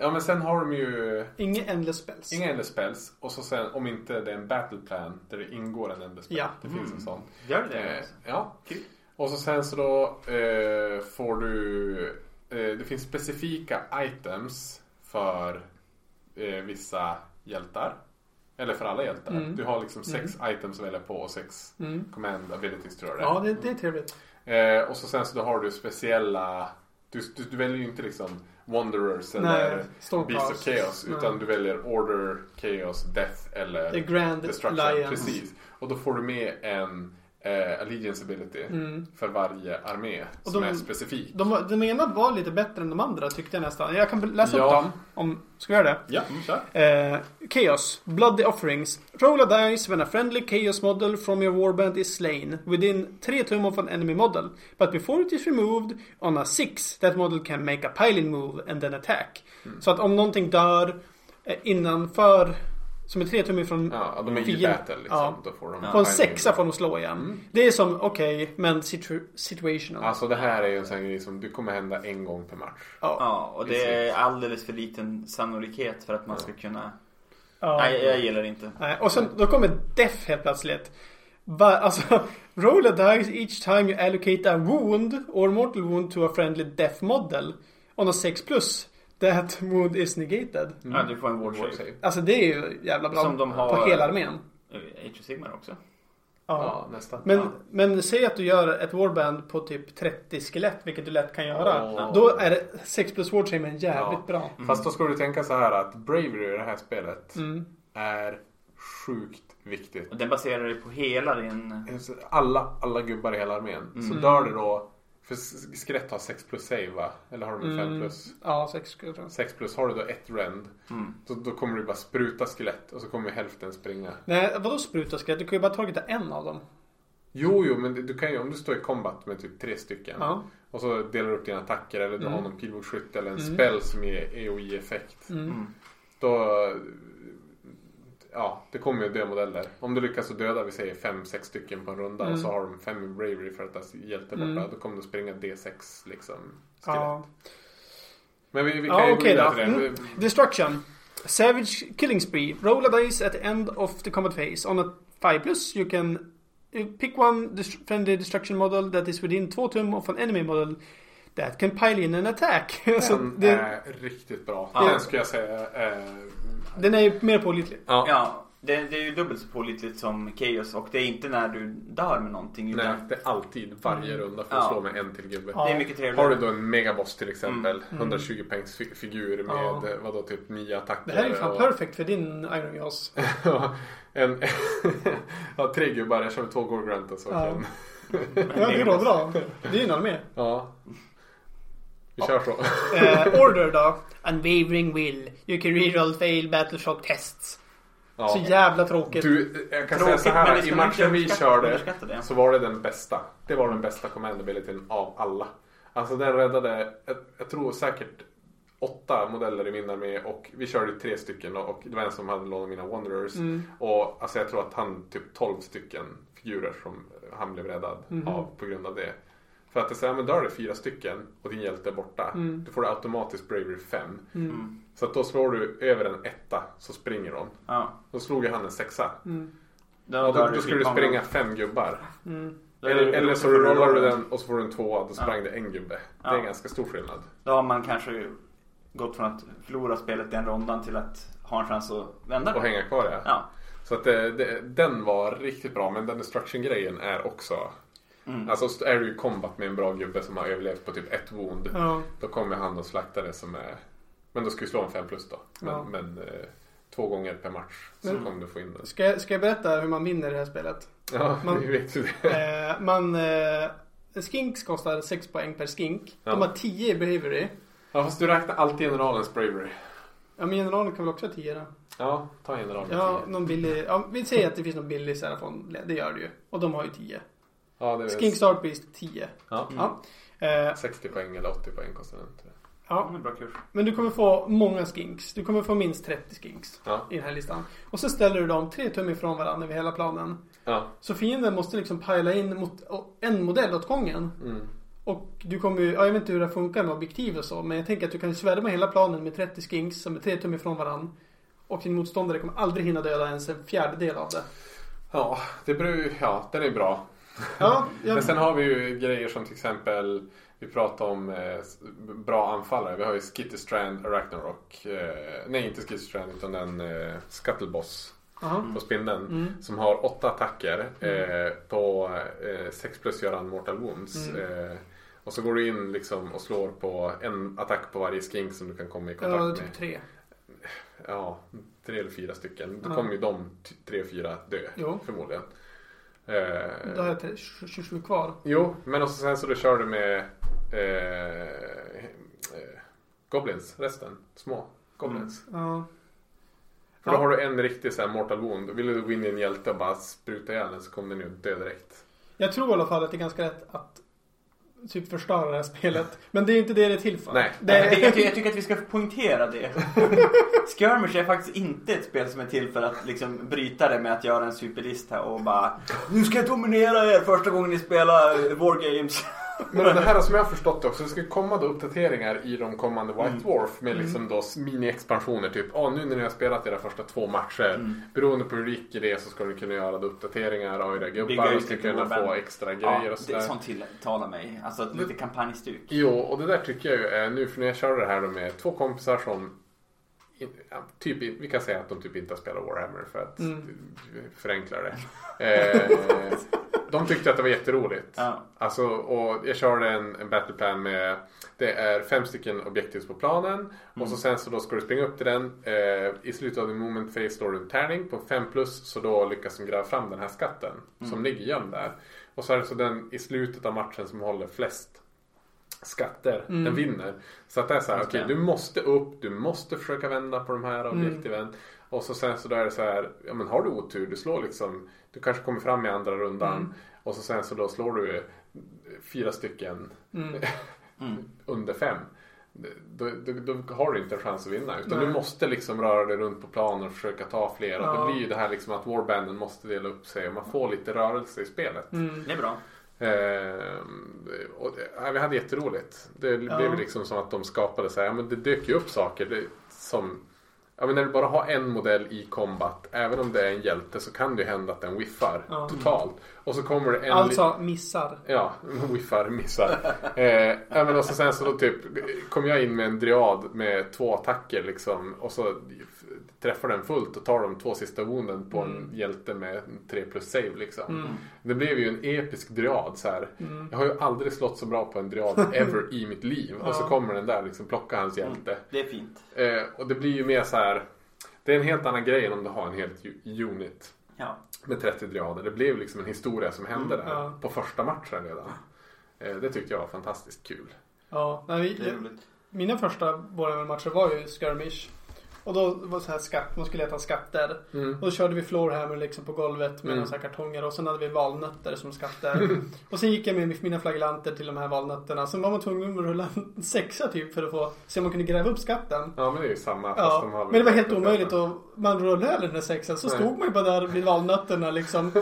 ja men sen har de ju Inga endless spells. inga endless spells. Och så sen om inte det är en battle plan där det ingår en endless spell. Ja. Mm. Mm. Det finns en sån. Gör det det? Eh, ja. Kul. Och så sen så då eh, får du... Eh, det finns specifika items för eh, vissa hjältar. Eller för alla hjältar. Mm. Du har liksom sex items att välja på och sex Mm. command abilities tror jag det är. Ja, det, det är trevligt. Eh, och så sen så då har du speciella... Du, du, du väljer ju inte liksom Wanderers eller Nej, Storm Beast Cast. of Chaos. Nej. Utan du väljer Order, Chaos, Death eller The Grand Destruction. Lion. Precis. Och då får du med en eh, Allegiance Ability Mm. för varje armé Och som de- är specifik. De, var- den ena var lite bättre än de andra tyckte jag nästan. Jag kan läsa upp Ja. dem. Om, ska vi göra det? Ja, kör. Eh, chaos, Bloody Offerings. Roll a dice when a friendly Chaos model from your warband is slain within 3 tum of an enemy model. But before it is removed, on a 6 that model can make a piling move and then attack. Hmm. Så att om någonting dör eh, innanför, som är 3 tum ifrån Ja, de är i fienden- battle liksom. Ja. Då får de På en sexa får de slå igen. Mm. Det är som, okej, men situ- situational. Alltså det här är ju en sån här grej som det kommer hända en gång per match. ja. Ja, och det är alldeles för liten sannolikhet för att man ska kunna... Ja. Nej, jag gillar det inte. Nej, och sen då kommer Death helt plötsligt. Va, alltså, roll a dice each time you allocate a wound or mortal wound to a friendly death model. On a 6 plus, that wound is negated. Mm. Ja, du får en ward Ward save. save. Alltså det är ju jävla bra Som de på har- hela armén. Age of Sigmar också. Ja. Ja, nästan. Men, Ja. men säg att du gör ett warband på typ 30 skelett, vilket du lätt kan göra. Ja. Då är det 6 plus ward save en jävligt Ja. bra. Fast då ska du tänka så här att Bravery i det här spelet Mm. är sjukt viktigt. Alltså, Och den baserar dig på hela din... Alla, alla gubbar i hela armén. Så dör det då... För skelett har 6 plus save va? Eller har de 5 plus? Ja, 6 skulle jag tro. 6 plus, har du då ett rend. Mm. Då, då kommer du bara spruta skelett och så kommer hälften springa. Nej, vadå spruta skelett? Du kan ju bara targeta en av dem. Jo, jo, men du kan ju om du står i combat med typ tre stycken. Ja. Och så delar du upp dina attacker eller du Mm. har någon pilbågsskytt eller en Mm. spell som ger EOI-effekt. Mm. Då... Ja, det kommer ju dö modeller. Om du lyckas att döda, vi säger fem sex stycken på en runda och så har de fem i bravery för att deras hjälte är borta. Mm. Då kommer du springa D6 liksom. Skelett. Ja. Men vi, vi kan Ja, ju gå okej vidare då. till det. Mm. Destruction. Savage killing spree. Roll a dice at the end of the combat phase. On a 5 plus you can uh, pick one dest- friendly destruction model that is within 2 tum of an enemy model that can pile in an attack. Så Den Alltså, det, är riktigt bra. Ja. Den skulle jag säga är... den är ju mer pålitlig. Ja, det, det är ju dubbelt så pålitligt som Chaos och det är inte när du dör med någonting Nej, utan det är alltid varje runda får Ja. slå med en till gubbe. Mm. Ja. det är mycket trevligare. Har du då en megaboss till exempel, 120 poängs fi- figur med Mm. Ja. vadå, typ nio attacker. Det här är ju fan och- perfekt för din Iron Jaws. Ja, en, ja, tre gubbar, jag kör två Gorgrantas och Ja. en. Ja, det går bra. Det är ju någon mer. Ja. Vi kör så. Eh, order då. Unwavering will. You can reroll fail battle shock tests. Ja. Så jävla tråkigt. liksom, Du, jag kan säga Tråkigt, så men här, det i ska man matchen inte vi underskatta- körde underskatta det. så var det den bästa. Det var den bästa commandabilityn av alla. Alltså den räddade, jag, jag tror säkert åtta modeller i min armé och vi körde tre stycken och det var en som hade lånat mina Wanderers. Och alltså jag tror att han typ 12 stycken figurer som han blev räddad av på grund av det. För att det säger, men dör det fyra stycken och din hjälte är borta. Då får du automatiskt Bravery 5. Så att då slår du över en etta så springer de. Ja. Då slog ju han en sexa. Då, Ja, dör då, då du skulle du flippan. springa fem gubbar. Då är Eller, det- eller så då rollar du den. den och så får du en tvåa, då sprang det en gubbe. Det är Ja. en ganska stor skillnad. Då har man kanske gått från att förlora spelet den rundan till att ha en chans att vända Och det. hänga kvar det. Ja. Så att det, det, den var riktigt bra, men den destruction-grejen är också... Alltså så är du i combat med en bra gubbe som har överlevt på typ ett wound. Ja. Då kommer han och slaktar det som är... Men då ska du slå en 5 plus då. Men, Ja. men eh, två gånger per match så Men- kommer du få in den. Ska jag, ska jag berätta hur man vinner i det här spelet? Ja, Man- vi vet ju det. Eh, man, eh, skinks kostar 6 poäng per skink. Ja. De har 10 i bravery. Ja, fast du räknar alltid generalens bravery. Ja, men generalen kan väl också ha 10 då? Ja, ta generalen. Ja, tio. någon billig, ja, vi säger att det finns någon billig Serafon. Det gör det ju. Och de har ju 10. ja det är Skink Star Priest 10. Ja. Ja. Eh, 60 poäng eller 80 poäng kostar den. tror jag. Ja, ja. men bra kurs. Men du kommer få många skinks. Du kommer få minst 30 skinks Ja. i den här listan. Och så ställer du dem tre tum ifrån varandra över hela planen. Ja. Så fienden måste liksom pajla in mot och en modell åt gången. Mm. Och du kommer ju, ja, jag vet inte hur det funkar med objektiv och så, men jag tänker att du kan svärma hela planen med 30 skinks som är tre tum ifrån varandra. Och din motståndare kommer aldrig hinna döda ens en fjärdedel av det. Ja, det beror, ju- ja, den är bra. Ja, jag, Men sen har vi ju grejer som till exempel, vi pratar om eh, s- bra anfallare. Vi har ju Skitterstrand, Arachnorock. Eh, nej, inte Skitterstrand utan den eh, Scuttleboss Aha. på spindeln. Mm. Som har åtta attacker. Eh, på eh, 6 plus gör han Mortal Wounds. Mm. Eh, och så går du in liksom och slår på en attack på varje skink som du kan komma i kontakt ja, med. typ tre. Ja, tre eller fyra stycken. Då Ja. kommer ju de t- tre, fyra dö Jo. förmodligen. Då har Eh, jag tre- 27 kvar. jo, men och så, sen så då kör du med eh, eh, Goblins, resten. Små Goblins. Ja. För Mm. Ja. då har du en riktig så här mortal wound. Vill du gå in i en hjälte och bara spruta ihjäl den så kommer den ju dö direkt. Jag tror i alla fall att det är ganska rätt att typ förstöra det här spelet. Men det är ju inte det det är till för. Nej. Det Jag, är, tycker- jag tycker att vi ska poängtera det. Skirmish är faktiskt inte ett spel som är till för att liksom bryta det med att göra en superlista och bara Nu ska jag dominera er första gången ni spelar eh, Wargames. Men det här som jag har förstått det också, det ska ju komma då uppdateringar i de kommande White Mm. Dwarf med liksom då mini-expansioner. Typ, ah, nu när ni har spelat era första två matcher, Mm. beroende på hur det gick i det så ska ni kunna göra då uppdateringar av era Bygga gubbar ut och ska lite kunna gubbar. få extra grejer Ja, och det är sådär. sånt tilltalar mig. Alltså att lite kampanjstuk. Jo, och det där tycker jag ju är nu, för när jag körde det här då med två kompisar som i- ja, typ, i- vi kan säga att de typ inte har spelat Warhammer för att Mm. förenkla det. Eh, de tyckte att det var jätteroligt. Ja. Alltså, och jag körde en, en battleplan med det är fem stycken objektiv på planen och så sen så då ska du springa upp till den. Eh, I slutet av din moment phase står du en tärning på 5 plus så då lyckas de gräva fram den här skatten som ligger gömd där. Och så är det så den i slutet av matchen som håller flest skatter. Den vinner. Så att det är så här, Just okej det. du måste upp, du måste försöka vända på de här objektiven. Och så sen så då är det så här, ja men har du otur, du slår liksom, du kanske kommer fram i andra rundan. Och så sen så då slår du fyra stycken under fem. Då, då, då har du inte en chans att vinna. Utan Nej. du måste liksom röra dig runt på planen och försöka ta fler. Och Ja. Det blir ju det här liksom att warbanden måste dela upp sig och man får lite rörelse i spelet. Mm. Det är bra. Ehm, och det, ja, vi hade jätteroligt. Det Ja. blev liksom som att de skapade så här, ja, men det dök ju upp saker det, som Ja, men när du bara har en modell i combat, även om det är en hjälte, så kan det ju hända att den whiffar Ja. totalt. Och så kommer det en... li- alltså missar. Ja, whiffar, missar. eh, ja, men och så sen så då typ kom jag in med en driad med två attacker liksom. Och så f- träffar den fullt och tar de två sista wounden på en hjälte med 3 plus save liksom. Det blev ju en episk driad så här. Jag har ju aldrig slått så bra på en driad ever i mitt liv. Och så kommer den där liksom plocka hans hjälte. Det är fint. Eh, och det blir ju mer så här. Det är en helt annan grej än om du har en helt ju- unit Ja. med 30 grader. Det blev liksom en historia som hände där Mm, ja. på första matchen redan. Eh, Det tyckte jag var fantastiskt kul. Ja, nej, Det är vi, roligt. mina första Warhammer-matcher var ju skirmish. Och då var det så här skatt, man skulle leta skatter. Och då körde vi floorhammer liksom på golvet med några så här kartonger och sen hade vi valnötter som skatter. och sen gick jag med mina flagellanter till de här valnötterna. Sen var man tvungen att rulla en sexa typ för att få se om man kunde gräva upp skatten. Ja men det är ju samma. fast Ja, de har väl- men det var helt omöjligt och man rullade över den här sexan så stod man ju bara där vid valnötterna liksom.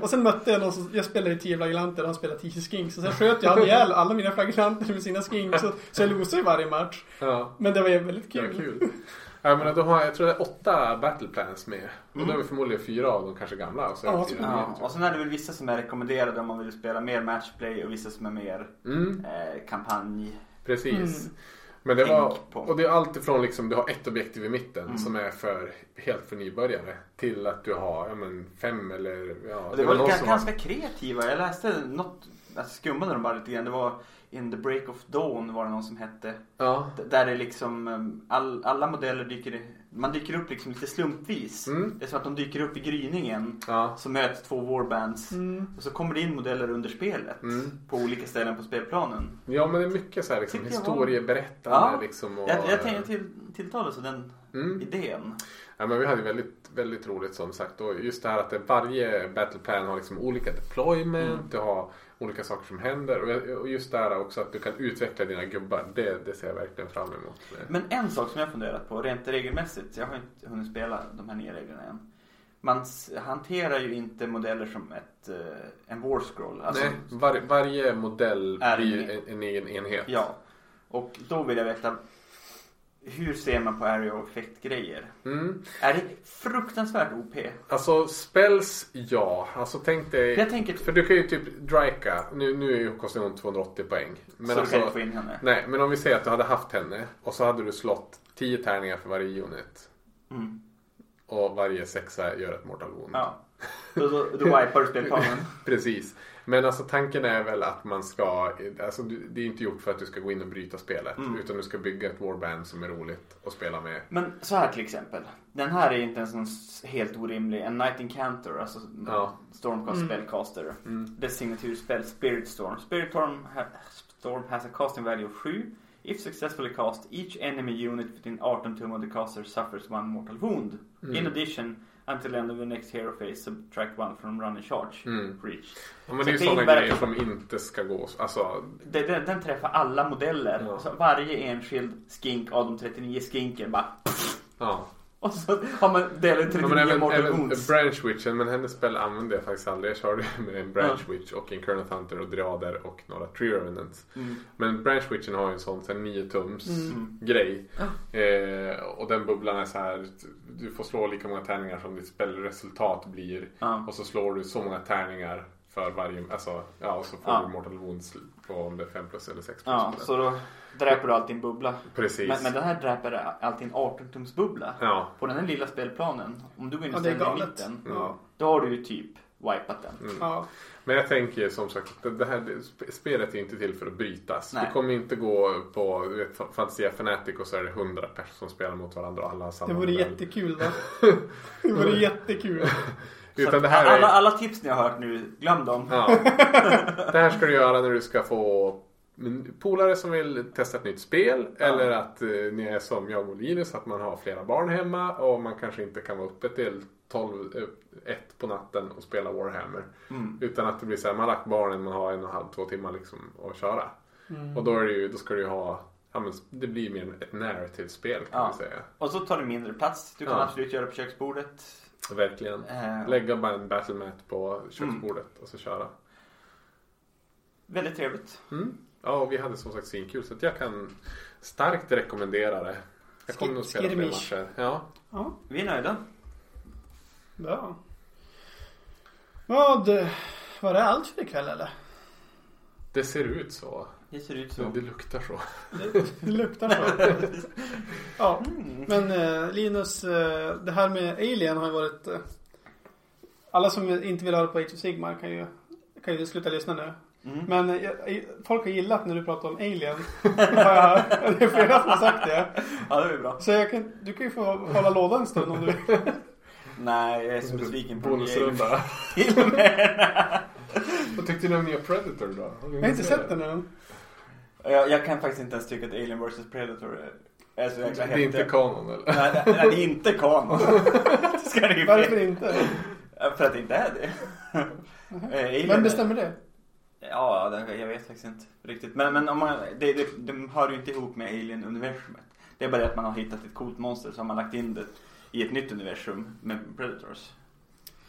Och sen mötte jag någon som, jag spelade i tio flagellanter och han spelade tio skinks. Och sen sköt jag han ihjäl alla mina flagellanter med sina skinks. Så, så jag losade i varje match. Ja, Men det var ju väldigt det kul. var kul. Jag, menar, de har, jag tror det är åtta battleplans med. Och då är vi förmodligen fyra av dem kanske gamla. Och så är det Mm. Ja, fyra så- nya. Ja, och sen är det väl vissa som är rekommenderade om man vill spela mer matchplay och vissa som är mer Mm. eh, kampanj. Precis. Mm. Men det var, Tänk på. och det är alltifrån liksom, du har ett objektiv i mitten Mm. som är för, helt för nybörjare till att du har ja, men fem eller ja, Och det var någon ganska, som var- ganska kreativa. Jag läste något, alltså skummade de bara lite grann. Det var In the Break of Dawn var det någon som hette. Ja. D- Där det liksom, eh, all, alla modeller dyker, i- man dyker upp liksom lite slumpvis. Mm. Det är som att de dyker upp i gryningen. Ja. Så möts två warbands. Mm. Och så kommer det in modeller under spelet. Mm. På olika ställen på spelplanen. ja, men det är mycket så här liksom, Tyckte jag var- historieberättande. Ja. Liksom, och, Jag, jag tänkte till, tilltalas av den Mm. idén. Ja, men vi hade väldigt, väldigt roligt som sagt. Och just det här att det, varje battleplan har liksom olika deployment. Mm. Du har olika saker som händer. Och, och just det här också att du kan utveckla dina gubbar. Det, det ser jag verkligen fram emot. Men en sak som jag funderat på rent regelmässigt. Jag har inte hunnit spela de här nya reglerna än. Man s- hanterar ju inte modeller som ett, eh, en war scroll. Alltså, Nej, var, varje modell Är är blir en- en, en egen enhet. Ja. Och då vill jag veta. Hur ser man på area of effect grejer? Mm. Är det fruktansvärt OP? Alltså spells, ja. Alltså tänk dig. Jag tänker- För du kan ju typ Draika. Nu, nu är ju- kostar hon 280 poäng. Men så alltså, du kan inte få in henne. Nej, men om vi säger att du hade haft henne och så hade du slått 10 tärningar för varje unit. Mm. Och varje sexa gör ett mortal wound. Ja. Då, då, då wipar du spelplanen. Precis. Men alltså tanken är väl att man ska, alltså du- det är ju inte gjort för att du ska gå in och bryta spelet. Mm. Utan du ska bygga ett warband som är roligt att spela med. Men så här till exempel. Den här är inte ens någon s- helt orimlig. En Night Encounter, alltså Ja. Mm. Stormcast Spellcaster. Dess signaturspel Spirit Storm. Spirit Storm, ha, Storm has a casting value of 7. If successfully cast, each enemy unit within 18 tum of the caster suffers one mortal wound. Mm. In addition, until the end of the next hero phase, subtract one from running charge. Mm. Reach. Ja, men Så det är ju det sådana innebär grejer att- som inte ska gå, alltså Den, den, den träffar alla modeller. Ja. Så varje enskild skink av de 39 skinken bara... ja. Och så har man delat Ja, 39 men även, mortal även wounds. Branch Witchen, men hennes spel använde jag faktiskt aldrig. Jag körde med en Branch Witch och en Colonel Hunter och Dryader och några Tree Revenants. Mm. Men Branch Witchen har ju en sån så här, 9 tums grej. Eh, och den bubblan är så här. Du får slå lika många tärningar som ditt spelresultat blir. Ja. Och så slår du så många tärningar för varje, alltså ja och så får Ja. du Mortal Wounds på om det är 5 plus eller 6 plus. Ja, så då dräper du alltid en bubbla. Precis. Men, men den här dräper alltid en 18-tums bubbla. Ja. På den här lilla spelplanen, om du går in och Ja, det är ställer dig i galet. mitten, Ja. Mm. då har du ju typ wipat den. Ja. Men jag tänker som sagt, det det här sp- spelet är inte till för att brytas. Nej. Du kommer inte gå på du vet, Fantasia Fanatic och så är det 100 personer som spelar mot varandra och alla har samma Det vore modell. jättekul va? Det vore jättekul. Så Utan att det här, alla, är, alla tips ni har hört nu, glöm dem. ja, det här ska du göra när du ska få men, polare som vill testa ett nytt spel eller att eh, ni är som jag och Linus att man har flera barn hemma och man kanske inte kan vara uppe till 12, eh, 1 på natten och spela Warhammer. Mm. Utan att det blir så här, man har lagt barnen, man har en och en halv, två timmar liksom att köra. Mm. Och då, är det ju, då ska du ju ha, ja, men det blir mer ett narrative-spel kan Ja. man säga. Och så tar det mindre plats. Du kan Ja. absolut göra det på köksbordet. Verkligen. Eh. Lägga bara en battlemat på köksbordet och så köra. Väldigt trevligt. Mm. Ja, och vi hade som sagt svinkul så att jag kan starkt rekommendera det. Jag kommer Sk- nog spela fler skirmish. matcher. Ja. Ja, Vi är nöjda. bra. Vad, var det allt för ikväll eller? Det ser ut så. Det ser ut Det, så. det luktar så. Det luktar så. Ja, Mm. men eh, Linus, eh, det här med Alien har ju varit... Eh, alla som inte vill höra på Age of Sigmar kan ju, kan ju sluta lyssna nu. Mm. Men eh, jag- folk har gillat när du pratar om Alien. Har jag hört. det är flera som har sagt det. Ja, det är bra. Så jag kan, du kan ju få hålla låda en stund om du vill. Nej, jag är så besviken på Bonusrunda. filmen. Vad tyckte ni om nya Predator då? Jag har inte sett den än. jag, jag kan faktiskt inte ens tycka att Alien vs Predator är- är så Det jäkla är inte häftig. kanon eller? Nej, det- nej, det är inte kanon. Ska ni Varför inte? För att det inte är det. Eh, Alien- Vem bestämmer det? Ja, det, jag vet faktiskt inte riktigt. Men, men om man, det, det, de hör ju inte ihop med Alien-universumet. Det är bara det att man har hittat ett coolt monster så har man lagt in det i ett nytt universum med Predators.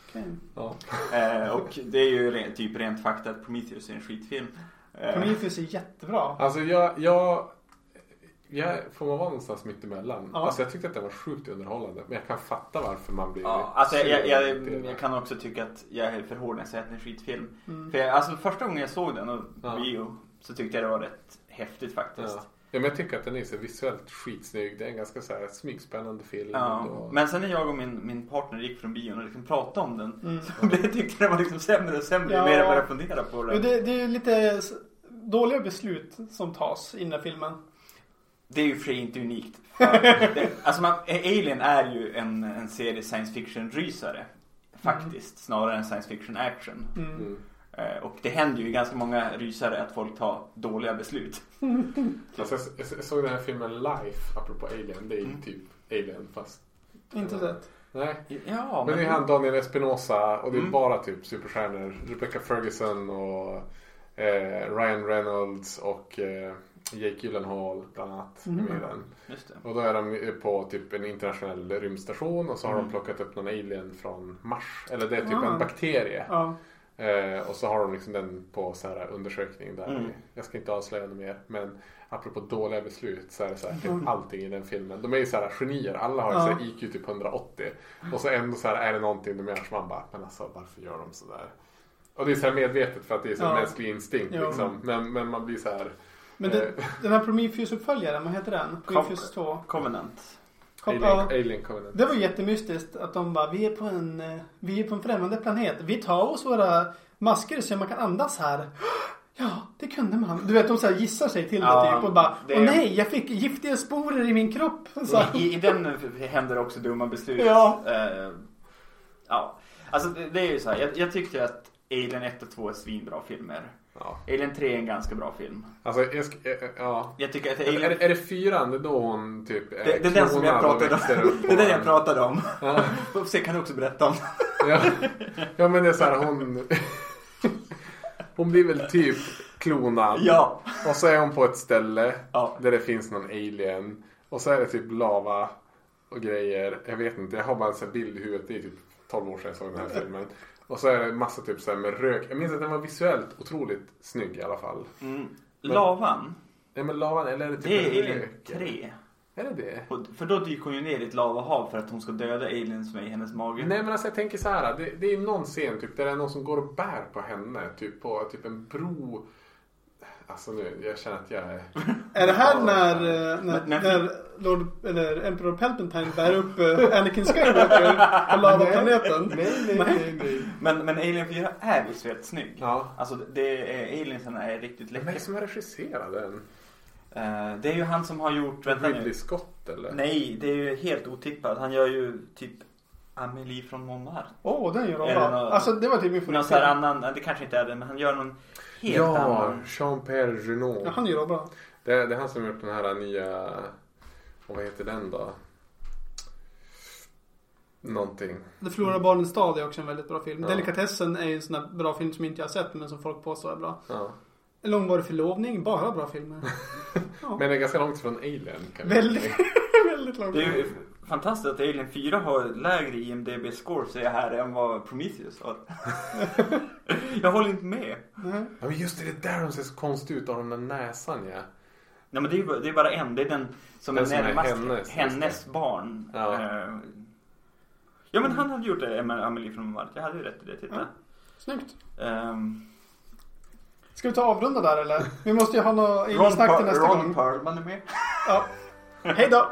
Okej. Ja. Eh, och det är ju re, typ rent fakta att Prometheus är en skitfilm. Eh, Prometheus är jättebra. Alltså jag, jag jag, får man vara någonstans mitt emellan? Ja. Alltså jag tyckte att det var sjukt underhållande. Men jag kan fatta varför man blir Ja, alltså jag, jag, jag, sur. jag kan också tycka att jag är för hård när jag säger att det är en skitfilm. För jag, alltså första gången jag såg den och Ja. bio så tyckte jag det var rätt häftigt faktiskt. Ja. ja, men jag tycker att den är så visuellt skitsnygg. Det är en ganska så här smygspännande film. Ja, Och... men sen när jag och min, min partner gick från bion och liksom pratade om den så blev jag tyckte den var liksom sämre och sämre ju Ja. mer jag började fundera på Jo, den. Det... Det, det är ju lite s- dåliga beslut som tas innan filmen. är ju i och för sig inte unikt. det, alltså man, Alien är ju en, en serie science fiction-rysare. Faktiskt, snarare än science fiction action. Mm. Mm. Eh, Och det händer ju i ganska många rysare att folk tar dåliga beslut. Alltså, jag, jag, jag såg den här filmen Life, apropå Alien. Det är ju Mm. typ Alien fast... Inte sett. Nej. Ja, Men det är han Daniel Espinosa och det är Mm. bara typ superstjärnor. Rebecca Ferguson och eh, Ryan Reynolds och eh, Jake Gyllenhaal bland annat. är Mm. Med i den. Just det. Och då är de på typ en internationell rymdstation och så har Mm. de plockat upp någon alien från Mars. Eller det är typ Ah. en bakterie. Ja. Eh, och så har de liksom den på så här undersökning där. Mm. Jag ska inte avslöja något mer. Men apropå dåliga beslut så är det säkert allting i den filmen. De är ju så här genier. Alla har ju Mm. Ja. så här IQ typ 180. Och så ändå så här är det någonting de gör som man bara, men alltså varför gör de så där? Och det är så här medvetet för att det är så här Ja. mänsklig instinkt Jo. liksom. Men, men man blir så här. eh, Men det, den här Prometheus-uppföljaren, vad heter den? Prometheus 2? Covenant. Kom- Alien, ja. alien Covenant. Det var jättemystiskt att de bara, vi är på en, eh, vi är på en främmande planet. Vi tar oss våra masker så man kan andas här. Ja, det kunde man. Du vet, de så här gissar sig till det Ja, typ och bara, det- Mm. åh nej, jag fick giftiga sporer i min kropp. Så. här. I, I den händer också dumma beslut. Ja. Eh, ja. Alltså det, det är ju så här. Jag, jag tyckte att Alien 1 och 2 är svinbra filmer. Ja. Alien 3 är en ganska bra film. Alltså, jag ska, eh, eh, ja. Jag tycker att Är, Alien... är det fyran det är då hon typ är det, det är den som jag klonad och pratade växer om. upp Det är den och- jag pratade om. Ja. Och Sen kan du också berätta om. Ja, ja men det är så här hon... Hon blir väl typ klonad. Ja. Och så är hon på ett ställe Ja. där det finns någon alien. Och så är det typ lava och grejer. Jag vet inte, jag har bara en sån här bild i huvudet. Det är typ 12 år sedan jag såg den här filmen. Och så är det massa typ så här med rök. Jag minns att den var visuellt otroligt snygg i alla fall. Mm. Lavan. Nej men lavan, eller är det typ Det är en Alien rök? 3. Är det det? Och, för då dyker hon ju ner i ett lavahav för att hon ska döda alien som är i hennes mage. Nej men alltså jag tänker så här. Det, det är någon scen typ, där det är någon som går och bär på henne. Typ på typ en bro. Alltså nu, jag känner att jag är... Är det här när, eh, när, Men- men- när Lord, eller Emperor Palpatine bär upp eh, Anakin Skywalker på lavaplaneten? Nej, nej, nej. nej. Men, men Alien 4 är visuellt snygg. Ja. Alltså det är, aliensarna är riktigt Vem är läckra. det som har regisserat den? Eh, det är ju han som har gjort, vänta Ridley nu. Scott eller? Nej, det är ju helt otippat. Han gör ju typ Amelie från Montmartre. Åh, den gör de Är bra. det någon- Alltså det var typ min Någon sån här favorit. annan, det kanske inte är det, men han gör någon helt Ja, annan. Jean-Pierre Junot. Ja, han gör dem bra. Det, är- det är han som har gjort den här nya... Och vad heter den då? Någonting. Det förlorade barnens stad är också en väldigt bra film. Ja. Delikatessen är ju en sån där bra film som inte jag har sett men som folk påstår är bra. Ja. En långvarig förlovning, bara bra filmer. Men det är ganska långt från Alien. Kan jag väldigt, tänka. väldigt långt. Det är ju fantastiskt att Alien 4 har lägre IMDB-score säger jag här än vad Prometheus har. jag håller inte med. Ja, men just det, det är där de ser så konstigt ut av den där näsan ja. Nej men det är ju bara, det är bara en. Det är den som Den är som är närmast hennes, hennes, just barn. Ja. Eh, ja men han hade gjort det med Amelie från Mars. Jag hade ju rätt i det. Titta. Snyggt. Ehm, Ska vi ta och avrunda där eller? Vi måste ju ha något Ron, snack till Per- nästa Ron gång. Perlman är med. Ja. Hej då!